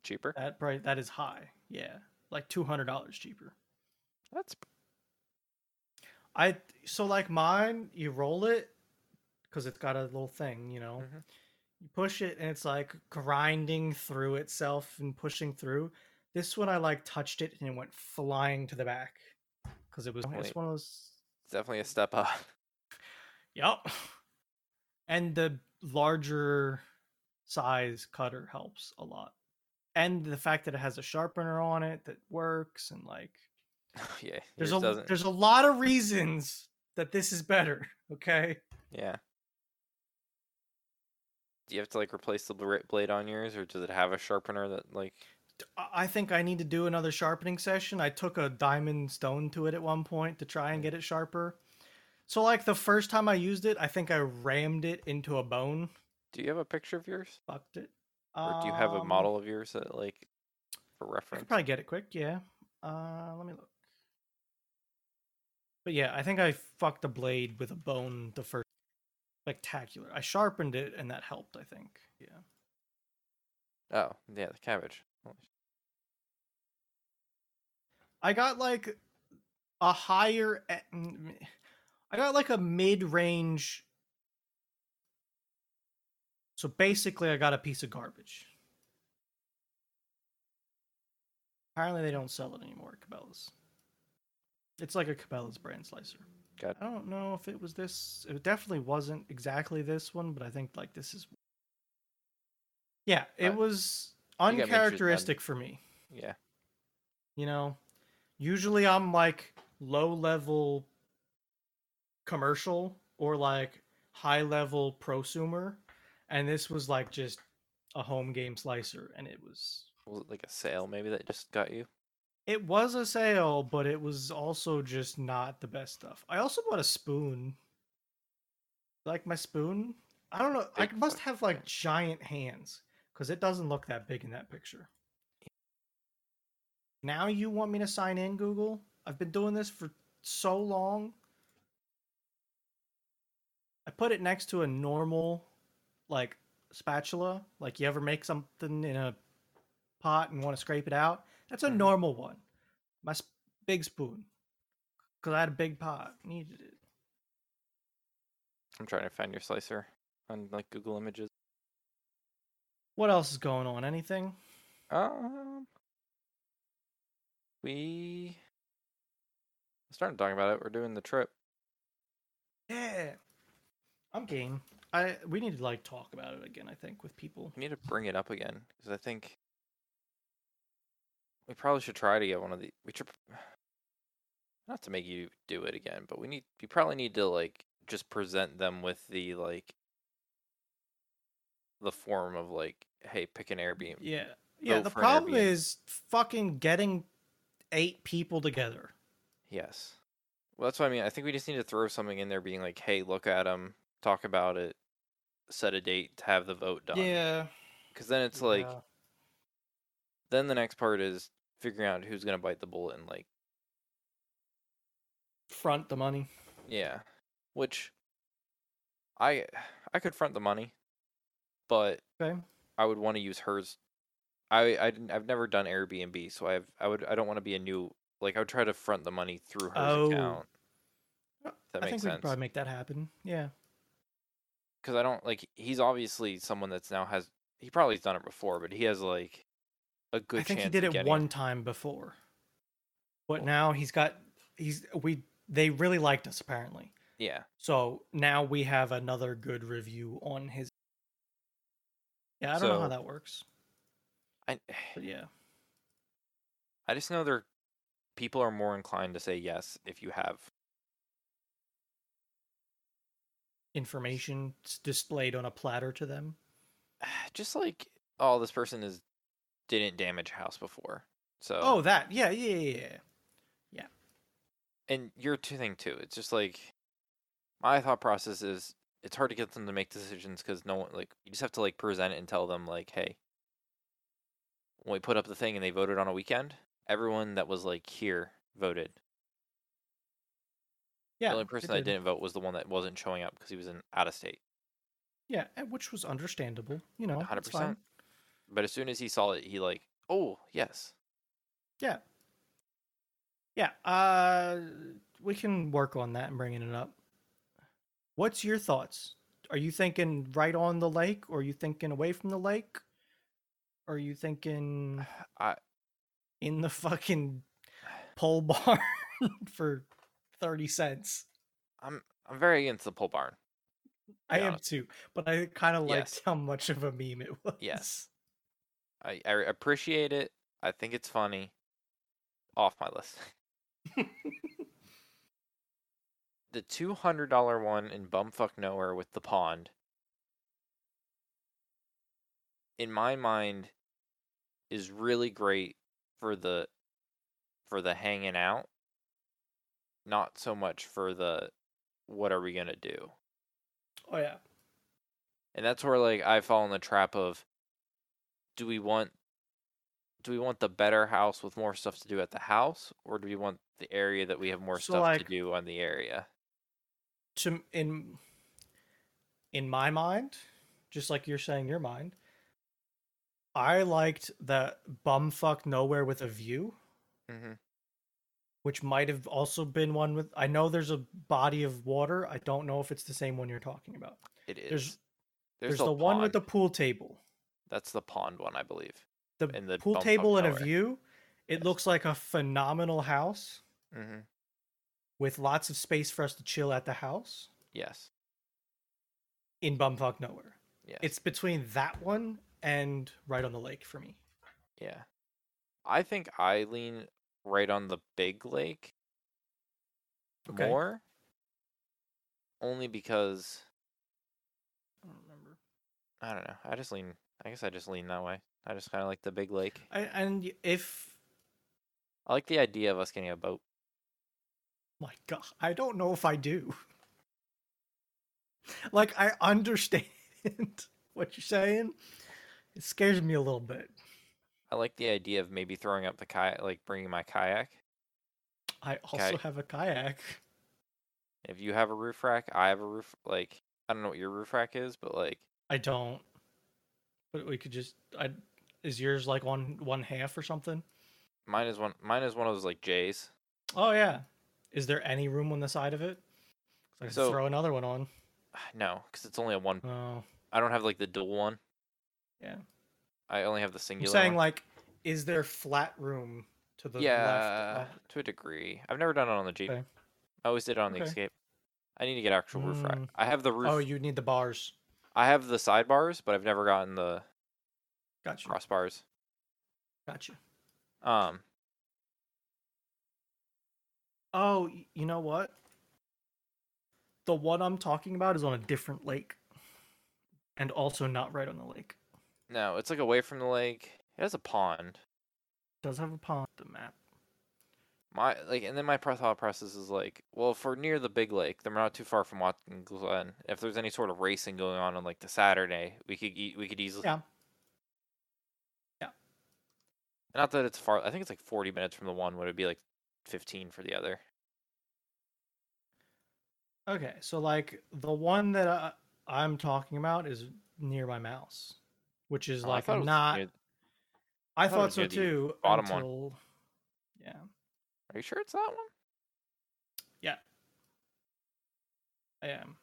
Speaker 1: Cheaper.
Speaker 2: That price that is high. Yeah, like two hundred dollars cheaper.
Speaker 1: That's
Speaker 2: I so like mine, you roll it because it's got a little thing, you know.
Speaker 1: Mhm.
Speaker 2: You push it and it's like grinding through itself and pushing through. This one I like touched it and it went flying to the back because it was
Speaker 1: Oh, Wait.
Speaker 2: it's one of those.
Speaker 1: definitely a step up.
Speaker 2: Yep. And the larger size cutter helps a lot. And the fact that it has a sharpener on it that works and like
Speaker 1: yeah.
Speaker 2: there's
Speaker 1: yours
Speaker 2: a
Speaker 1: doesn't.
Speaker 2: there's a lot of reasons that this is better, okay?
Speaker 1: Yeah. Do you have to like replace the bla- blade on yours, or does it have a sharpener that like?
Speaker 2: I I think I need to do another sharpening session. I took a diamond stone to it at one point to try and get it sharper. So like the first time I used it, I think I rammed it into a bone,
Speaker 1: Do you have a picture of yours,
Speaker 2: fucked it.
Speaker 1: or do you have a
Speaker 2: Um,
Speaker 1: model of yours that like for
Speaker 2: I
Speaker 1: reference?
Speaker 2: could probably get it quick, yeah. Uh, let me look. But yeah, I think I fucked a blade with a bone the first spectacular. I sharpened it and that helped, I think. Yeah.
Speaker 1: Oh, yeah, the cabbage. Holy sh-
Speaker 2: I got like a higher. e- mm, I got like a mid range. So basically, I got a piece of garbage. Apparently, they don't sell it anymore at Cabela's. It's like a Cabela's brand slicer.
Speaker 1: Got-
Speaker 2: I don't know if it was this. It definitely wasn't exactly this one, but I think like this is. Yeah, it
Speaker 1: Right.
Speaker 2: was
Speaker 1: got me intrigued now.
Speaker 2: uncharacteristic for me
Speaker 1: Yeah,
Speaker 2: you know usually i'm like low level commercial or like high level prosumer and this was like just a home game slicer and it was
Speaker 1: was it like a sale maybe that just got you?
Speaker 2: It was a sale, but it was also just not the best stuff. I also bought a spoon. Like my spoon? I don't know. I
Speaker 1: Big
Speaker 2: must
Speaker 1: fucking
Speaker 2: have like
Speaker 1: thing.
Speaker 2: giant hands because it doesn't look that big in that picture. Now you want me to sign in, Google? I've been doing this for so long. I put it next to a normal, like, spatula. Like, you ever make something in a pot and want to scrape it out? That's a
Speaker 1: Mhm.
Speaker 2: normal one. My sp- big spoon. Because I had a big pot. Needed it.
Speaker 1: I'm trying to find your slicer on like Google Images.
Speaker 2: What else is going on? Anything?
Speaker 1: Um, we starting to talk about it. We're doing the trip.
Speaker 2: Yeah. I'm game. I we need to like talk about it again, I think, with people.
Speaker 1: We need to bring it up again because I think we probably should try to get one of the. We should not to make you do it again, but we need. You probably need to like just present them with the like the form of like, hey, pick an Airbnb.
Speaker 2: Yeah. Yeah,
Speaker 1: Go
Speaker 2: the
Speaker 1: for an
Speaker 2: problem
Speaker 1: Airbnb.
Speaker 2: is fucking getting eight people together.
Speaker 1: Yes. Well, that's what I mean. I think we just need to throw something in there, being like, hey, look at them, talk about it, set a date to have the vote done.
Speaker 2: Yeah.
Speaker 1: Because then it's like, then the next part is figuring out who's gonna bite the bullet and like.
Speaker 2: front the money.
Speaker 1: Yeah. Which I I could front the money, but
Speaker 2: Okay.
Speaker 1: I would want to use hers. I I didn't, I've never done Airbnb, so I've I would I don't want to be a new like I would try to front the money through her
Speaker 2: Oh.
Speaker 1: account.
Speaker 2: Uh,
Speaker 1: If That
Speaker 2: I think
Speaker 1: makes
Speaker 2: we could
Speaker 1: sense.
Speaker 2: probably make that happen. Yeah.
Speaker 1: Cuz I don't like he's obviously someone that's now has he probably has done it before, but he has like a good
Speaker 2: I think
Speaker 1: chance
Speaker 2: he did
Speaker 1: of
Speaker 2: it
Speaker 1: getting
Speaker 2: one time before. But
Speaker 1: Well-
Speaker 2: now he's got he's we they really liked us apparently.
Speaker 1: Yeah.
Speaker 2: So now we have another good review on his Yeah, I don't know how
Speaker 1: So-
Speaker 2: that works.
Speaker 1: I
Speaker 2: But yeah.
Speaker 1: I just know there people are more inclined to say yes if you have
Speaker 2: information s- displayed on a platter to them.
Speaker 1: just like oh this person is didn't damage house before so
Speaker 2: Oh, that. Yeah, yeah, yeah, yeah.
Speaker 1: and your two thing too it's just like my thought process is it's hard to get them to make decisions because no one like you just have to like present it and tell them like hey when we put up the thing and they voted on a weekend everyone that was like here voted
Speaker 2: Yeah.
Speaker 1: the only
Speaker 2: they
Speaker 1: person that
Speaker 2: did.
Speaker 1: didn't vote was the one that wasn't showing up because he was in out of state
Speaker 2: Yeah, and- which was understandable. You know, it's
Speaker 1: 100%
Speaker 2: fine.
Speaker 1: but as soon as he saw it he like oh yes
Speaker 2: Yeah, uh, we can work on that and bringing it up. What's your thoughts? Are you thinking right on the lake, or are you thinking away from the lake? Or are you thinking
Speaker 1: I-
Speaker 2: in the fucking pole barn for thirty cents?
Speaker 1: i'm i'm very against the pole barn
Speaker 2: I
Speaker 1: Yeah.
Speaker 2: am too, but I kind of liked
Speaker 1: Yes.
Speaker 2: how much of a meme it was.
Speaker 1: Yes. I, I appreciate it. I think it's funny. Off my list. the two hundred dollar one in bumfuck nowhere with the pond. In my mind, is really great for the for the hanging out. Not so much for the what are we gonna do.
Speaker 2: Oh yeah.
Speaker 1: And that's where like I fall in the trap of do we want do we want the better house with more stuff to do at the house or do we want the area that we have more
Speaker 2: So,
Speaker 1: stuff
Speaker 2: like-
Speaker 1: to do on the area?
Speaker 2: to in in my mind, just like you're saying your mind, I liked the bumfuck nowhere with a view,
Speaker 1: Mhm.
Speaker 2: which might have also been one with. I know there's a body of water. I don't know if it's the same one you're talking about.
Speaker 1: It is.
Speaker 2: There's there's,
Speaker 1: a
Speaker 2: the one with the
Speaker 1: pond.
Speaker 2: pool table,
Speaker 1: That's the pond one, I believe.
Speaker 2: the,
Speaker 1: And the
Speaker 2: pool
Speaker 1: bumfuck
Speaker 2: table and a
Speaker 1: nowhere.
Speaker 2: view. It
Speaker 1: Yes.
Speaker 2: looks like a phenomenal house
Speaker 1: Mhm.
Speaker 2: with lots of space for us to chill at the house
Speaker 1: Yes.
Speaker 2: in bumfuck nowhere.
Speaker 1: Yes.
Speaker 2: It's between that one and right on the lake for me.
Speaker 1: Yeah. I think I lean right on the big lake
Speaker 2: Okay.
Speaker 1: more only because
Speaker 2: I don't remember.
Speaker 1: I don't know. I just lean I guess I just lean that way. I just kind of like the big lake.
Speaker 2: I, and y- if
Speaker 1: I like the idea of us getting a boat.
Speaker 2: My God, I don't know if I do. Like, I understand what you're saying. It scares me a little bit.
Speaker 1: I like the idea of maybe throwing up the kayak, like bringing my kayak.
Speaker 2: I also have a kayak.
Speaker 1: If you have a roof rack, I have a roof. Like, I don't know what your roof rack is, but like,
Speaker 2: I don't. But we could just. I is yours like one one half or something?
Speaker 1: mine is one. Mine is one of those like J's.
Speaker 2: Oh yeah. Is there any room on the side of it? 'Cause I could
Speaker 1: So-
Speaker 2: throw another one on.
Speaker 1: No, because it's only a one.
Speaker 2: Oh,
Speaker 1: I don't have like the dual one.
Speaker 2: yeah.
Speaker 1: I only have the
Speaker 2: I'm
Speaker 1: singular.
Speaker 2: saying
Speaker 1: one.
Speaker 2: like, is there flat room to the
Speaker 1: yeah,
Speaker 2: left? of-
Speaker 1: to a degree. I've never done it on the Jeep.
Speaker 2: Okay.
Speaker 1: I always did it on the
Speaker 2: Okay.
Speaker 1: Escape. I need to get actual roof rack.
Speaker 2: Mm.
Speaker 1: I have the roof.
Speaker 2: Oh, you need the bars.
Speaker 1: I have the sidebars, but I've never gotten the
Speaker 2: Gotcha.
Speaker 1: crossbars.
Speaker 2: Gotcha.
Speaker 1: Um,
Speaker 2: Oh, y- you know what? The one I'm talking about is on a different lake, and also not right on the lake.
Speaker 1: no, it's like away from the lake. It has a pond.
Speaker 2: does have a pond. The map.
Speaker 1: My like, and then my pro- thought process is like, well, if we're near the big lake, then we're not too far from Watkins Glen. If there's any sort of racing going on on like the Saturday, we could e- we could easily.
Speaker 2: Yeah. Yeah.
Speaker 1: Not that it's far. I think it's like 40 minutes from the one. Would it be like 15 for the other?
Speaker 2: Okay, so like the one that I, I'm talking about is near my mouse, which is
Speaker 1: Oh, I
Speaker 2: like
Speaker 1: thought it was
Speaker 2: not.
Speaker 1: near-
Speaker 2: I
Speaker 1: thought it
Speaker 2: thought
Speaker 1: was
Speaker 2: so
Speaker 1: near the
Speaker 2: too.
Speaker 1: bottom one.
Speaker 2: until- Yeah.
Speaker 1: Are you sure it's that one?
Speaker 2: I am.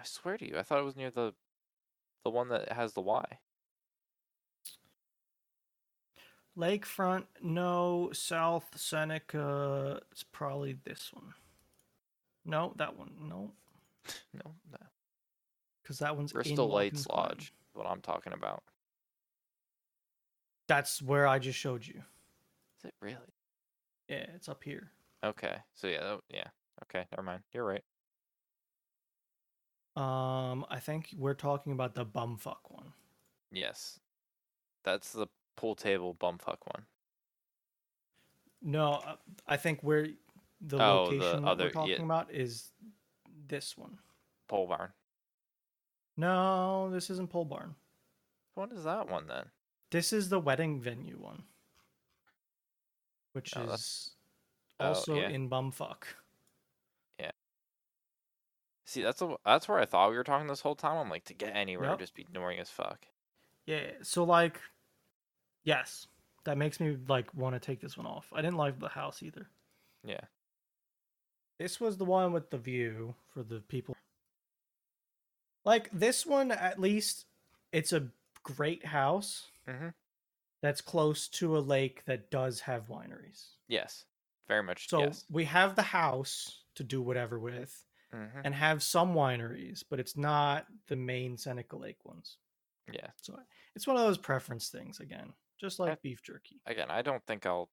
Speaker 1: I swear to you, I thought it was near the, the one that has the Y.
Speaker 2: Lakefront, no. South Seneca, it's probably this one. No, that one, no,
Speaker 1: No, no.
Speaker 2: because that one's in
Speaker 1: Bristol Lights
Speaker 2: Watkins Glen.
Speaker 1: Lodge. is What I'm talking about.
Speaker 2: That's where I just showed you.
Speaker 1: Is it really?
Speaker 2: Yeah, it's up here.
Speaker 1: Okay. So yeah, that, yeah. Okay, never mind. You're right.
Speaker 2: Um, I think we're talking about the bumfuck one.
Speaker 1: Yes, that's the pool table bumfuck one.
Speaker 2: No, uh, I think where the
Speaker 1: Oh, the
Speaker 2: location that
Speaker 1: other-
Speaker 2: we're
Speaker 1: yeah.
Speaker 2: talking about is this one.
Speaker 1: Pole barn.
Speaker 2: No, this isn't Pole Barn.
Speaker 1: What is that one then?
Speaker 2: This is the wedding venue one, which
Speaker 1: Oh, that's-
Speaker 2: is
Speaker 1: oh,
Speaker 2: also
Speaker 1: yeah.
Speaker 2: in Bumfuck.
Speaker 1: See, that's the that's where I thought we were talking this whole time. I'm like, to get anywhere,
Speaker 2: Nope.
Speaker 1: just be annoying as fuck.
Speaker 2: Yeah, so like, yes, that makes me like want to take this one off. I didn't like the house either.
Speaker 1: Yeah.
Speaker 2: This was the one with the view for the people. Like this one, at least, it's a great house.
Speaker 1: Mm-hmm.
Speaker 2: that's close to a lake that does have wineries.
Speaker 1: Yes, very much.
Speaker 2: So
Speaker 1: yes.
Speaker 2: we have the house to do whatever with
Speaker 1: Mm-hmm.
Speaker 2: and have some wineries, but it's not the main Seneca Lake ones.
Speaker 1: Yeah.
Speaker 2: So it's one of those preference things again, just like beef jerky.
Speaker 1: Again, I don't think I'll.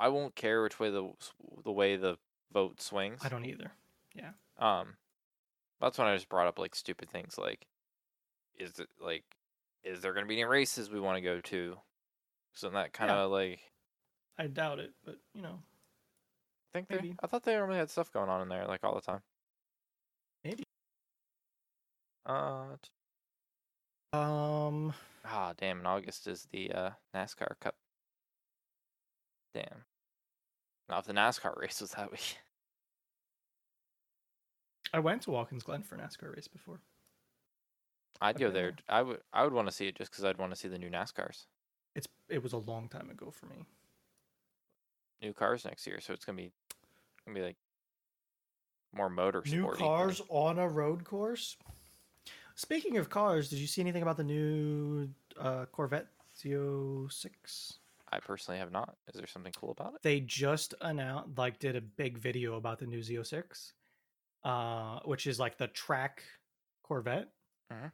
Speaker 1: I won't care which way the s- the way the vote swings.
Speaker 2: I don't either.
Speaker 1: Um, that's when I just brought up like stupid things like, is it like, is there gonna be any races we want to go to? So that kind of like, I
Speaker 2: I doubt it, but you know,
Speaker 1: think they,
Speaker 2: Maybe.
Speaker 1: I thought they normally had stuff going on in there like all the time.
Speaker 2: Maybe.
Speaker 1: Uh, t-
Speaker 2: um,
Speaker 1: ah, damn. In August is the uh, NASCAR Cup. Damn. Now if the NASCAR race was that week.
Speaker 2: I went to Watkins Glen for an NASCAR race before.
Speaker 1: I'd go
Speaker 2: Okay.
Speaker 1: there. I would. I would want to see it just because I'd want to see the new NASCARs,
Speaker 2: It's it was a long time ago for me.
Speaker 1: new cars next year. So it's gonna be, gonna be like more motor.
Speaker 2: New
Speaker 1: sporty, like-
Speaker 2: cars on a road course. Speaking of cars, did you see anything about the new uh, Corvette Z06?
Speaker 1: I personally have not. Is there something cool about it?
Speaker 2: They just announced, like, did a big video about the new Z06, uh, which is like the track Corvette.
Speaker 1: Mhm.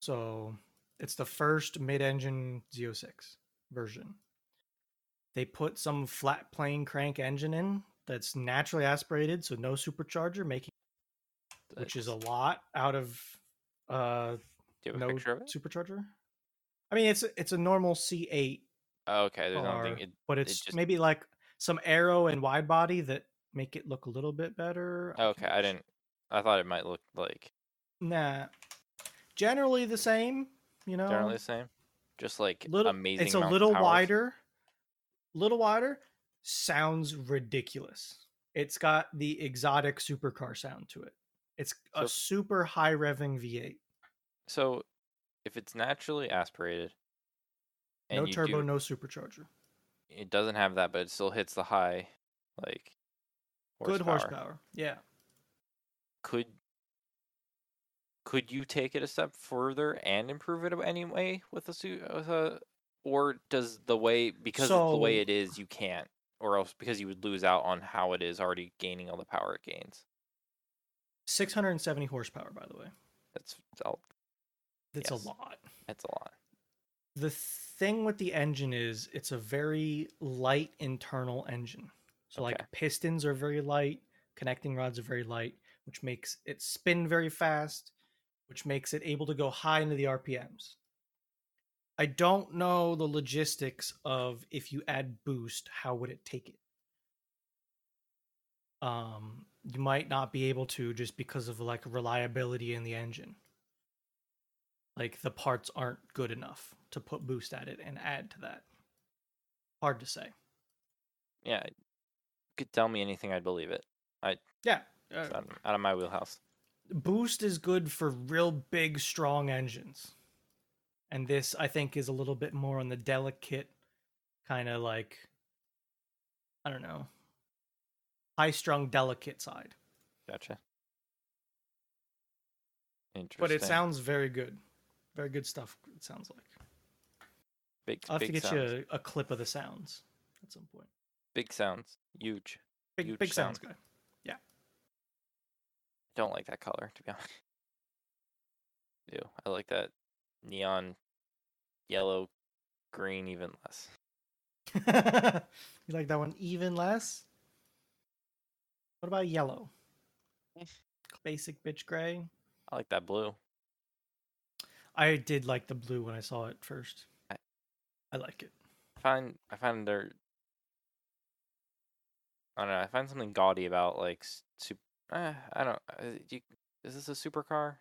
Speaker 2: So it's the first mid-engine Z06 version. They put some flat plane crank engine in that's naturally aspirated, so no supercharger, making which is a
Speaker 1: Like,
Speaker 2: lot out of uh
Speaker 1: Do you have a
Speaker 2: no
Speaker 1: picture of it?
Speaker 2: supercharger. I mean, it's a- it's a normal C8,
Speaker 1: Oh, okay, there's nothing.
Speaker 2: car,
Speaker 1: It,
Speaker 2: but it's
Speaker 1: just-
Speaker 2: maybe like some arrow and wide body that make it look a little bit better. I
Speaker 1: Okay,
Speaker 2: can't
Speaker 1: I
Speaker 2: sh-
Speaker 1: didn't. I thought it might look like
Speaker 2: Nah, generally the same. You know,
Speaker 1: generally the same, just like
Speaker 2: little,
Speaker 1: amazing.
Speaker 2: It's a
Speaker 1: amounts of
Speaker 2: little
Speaker 1: powers.
Speaker 2: wider. Little wider sounds ridiculous. It's got the exotic supercar sound to it. It's
Speaker 1: So-
Speaker 2: a super high revving V8.
Speaker 1: So, if it's naturally aspirated, and
Speaker 2: No
Speaker 1: you
Speaker 2: turbo,
Speaker 1: do-
Speaker 2: no supercharger.
Speaker 1: it doesn't have that, but it still hits the high, like
Speaker 2: Good horsepower. Yeah.
Speaker 1: Could could you take it a step further and improve it anyway with a suit, with a, or does the way because of the way
Speaker 2: So-
Speaker 1: it is you can't, or else because you would lose out on how it is already gaining all the power it gains.
Speaker 2: 670 horsepower, by the way.
Speaker 1: That's a-
Speaker 2: That's
Speaker 1: Yes.
Speaker 2: a lot.
Speaker 1: that's a lot.
Speaker 2: The thing with the engine is it's a very light internal engine. So,
Speaker 1: Okay.
Speaker 2: like, pistons are very light, connecting rods are very light, which makes it spin very fast, which makes it able to go high into the RPMs. I don't know the logistics of if you add boost, how would it take it? Um, you might not be able to just because of like reliability in the engine. Like the parts aren't good enough to put boost at it and add to that. Hard to say.
Speaker 1: Yeah, you could tell me anything, I'd believe it.
Speaker 2: Yeah.
Speaker 1: It's out of, out of my wheelhouse.
Speaker 2: boost is good for real big strong engines and this i think is a little bit more on the delicate kind of like i don't know high strung delicate side
Speaker 1: Gotcha. Interesting.
Speaker 2: but it sounds very good very good stuff it sounds like
Speaker 1: big.
Speaker 2: i'll have to
Speaker 1: big
Speaker 2: get
Speaker 1: sounds.
Speaker 2: you a, a clip of the sounds at some point
Speaker 1: Big sounds. Huge.
Speaker 2: big,
Speaker 1: Huge
Speaker 2: big sounds guy
Speaker 1: Don't like that color, to be honest. Ew, I like that neon yellow, green even less.
Speaker 2: you like that one even less what about yellow basic bitch gray
Speaker 1: I like that blue.
Speaker 2: I did like the blue when I saw it first.
Speaker 1: I-
Speaker 2: I like it.
Speaker 1: I find I find there. I don't know. I find something gaudy about like super. Uh, I don't. Uh, you, is this a supercar?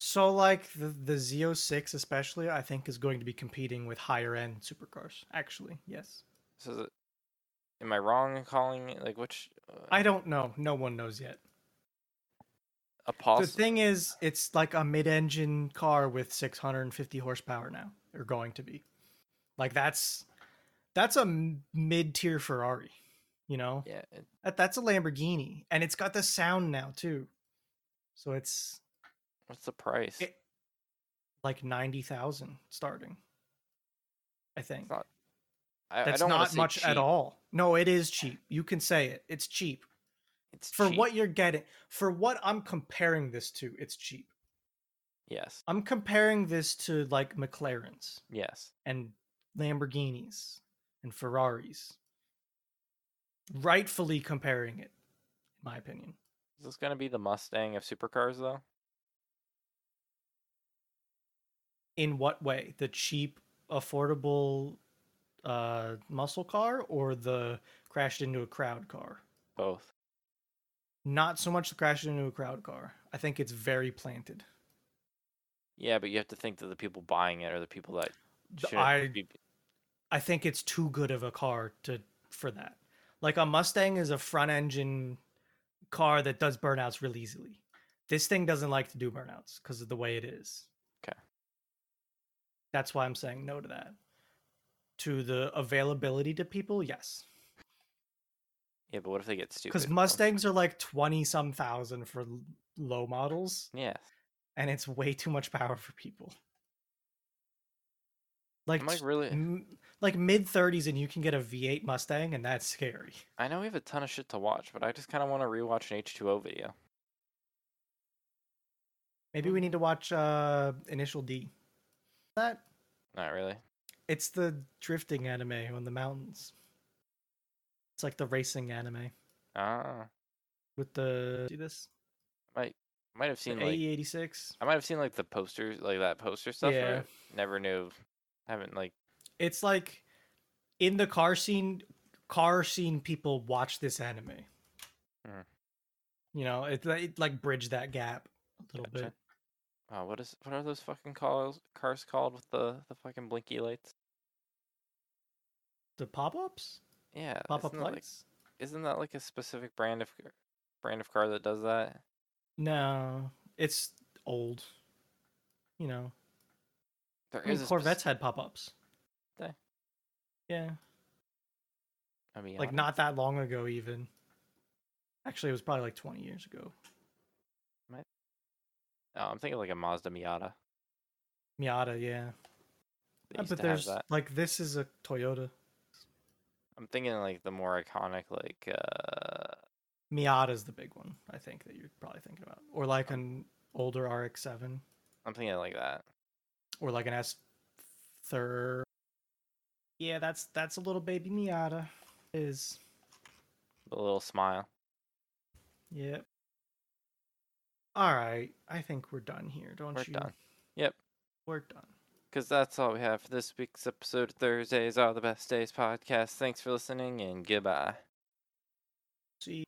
Speaker 2: So like the the Z06 especially, I think is going to be competing with higher end supercars. Actually, yes.
Speaker 1: So is it, am I wrong in calling it like which uh,
Speaker 2: I don't know. No one knows yet.
Speaker 1: apostle?
Speaker 2: The thing is, it's like a mid-engine car with 650 horsepower now. They're going to be like that's that's a m- mid-tier Ferrari. You know,
Speaker 1: yeah, it,
Speaker 2: that, that's a Lamborghini, and it's got the sound now too. So it's
Speaker 1: what's the price?
Speaker 2: It- like 90,000 starting. I think.
Speaker 1: not- I, I
Speaker 2: That's
Speaker 1: don't wanna
Speaker 2: not
Speaker 1: say
Speaker 2: much at
Speaker 1: cheap,
Speaker 2: all. No, it is cheap. You can say it. It's cheap.
Speaker 1: It's
Speaker 2: For
Speaker 1: cheap,
Speaker 2: what you're getting, for what I'm comparing this to, it's cheap.
Speaker 1: Yes,
Speaker 2: I'm comparing this to like McLarens
Speaker 1: yes.
Speaker 2: and Lamborghinis and Ferraris. Rightfully comparing it, in my opinion.
Speaker 1: Is this gonna be the Mustang of supercars though?
Speaker 2: In what way? The cheap, affordable uh, muscle car or the crashed into a crowd car?
Speaker 1: Both.
Speaker 2: Not so much the crashed into a crowd car. I think it's very planted.
Speaker 1: Yeah, but you have to think that the people buying it are the people that.
Speaker 2: The-
Speaker 1: should
Speaker 2: I-
Speaker 1: be,
Speaker 2: I think it's too good of a car to for that. Like a Mustang is a front engine car that does burnouts really easily. This thing doesn't like to do burnouts because of the way it is.
Speaker 1: 'Kay.
Speaker 2: That's why I'm saying no to that. To the availability to people, yes.
Speaker 1: yeah, but what if they get stupid?
Speaker 2: Because
Speaker 1: and don't-
Speaker 2: Mustangs are like 20 some thousand for l- low models.
Speaker 1: Yes.
Speaker 2: and it's way too much power for people. Like,
Speaker 1: I'm like
Speaker 2: t-
Speaker 1: really.
Speaker 2: m- like mid 30s, and you can get a V8 Mustang, and that's scary.
Speaker 1: I know we have a ton of shit to watch, but I just kind of want to rewatch an H2O video.
Speaker 2: Maybe we need to watch uh Initial D. That
Speaker 1: Not really.
Speaker 2: it's the drifting anime on the mountains. It's like the racing anime
Speaker 1: Ah,
Speaker 2: with the see this
Speaker 1: I might have seen like
Speaker 2: AE86.
Speaker 1: I might have seen like the posters, like that poster stuff. for
Speaker 2: Yeah.
Speaker 1: it. Never knew. Haven't like
Speaker 2: It's like in the car scene, car scene people watch this anime.
Speaker 1: Mm.
Speaker 2: You know, it, li- it like bridge that gap a little
Speaker 1: Gotcha.
Speaker 2: bit.
Speaker 1: Oh, what is what are those fucking cars cars called with the the fucking blinky lights?
Speaker 2: The pop ups,
Speaker 1: Yeah,
Speaker 2: pop up
Speaker 1: isn't that like-
Speaker 2: lights.
Speaker 1: isn't that like a specific brand of c- brand of car that does that?
Speaker 2: No, it's old. You know,
Speaker 1: There is
Speaker 2: I mean,
Speaker 1: a spec-
Speaker 2: Corvettes had pop ups.
Speaker 1: They?
Speaker 2: Yeah,
Speaker 1: I mean,
Speaker 2: like not that long ago, even. Actually, it was probably like 20 years ago.
Speaker 1: oh, I'm thinking like a Mazda Miata.
Speaker 2: Miata, yeah.
Speaker 1: They
Speaker 2: Ah,
Speaker 1: used to
Speaker 2: but
Speaker 1: have
Speaker 2: there's
Speaker 1: that.
Speaker 2: like this is a Toyota
Speaker 1: I'm thinking like the more iconic, like uh,
Speaker 2: Miata's the big one. I think that you're probably thinking about, or like an older RX-7,
Speaker 1: I'm thinking like that.
Speaker 2: or like an S. Third. Yeah, that's that's a little baby Miata. Is
Speaker 1: The little smile.
Speaker 2: yep. All right, I think we're done here, don't
Speaker 1: We're
Speaker 2: you?
Speaker 1: done. Yep.
Speaker 2: We're done.
Speaker 1: Because that's all we have for this week's episode of Thursdays Are the Best Days podcast. Thanks for listening and goodbye.
Speaker 2: See.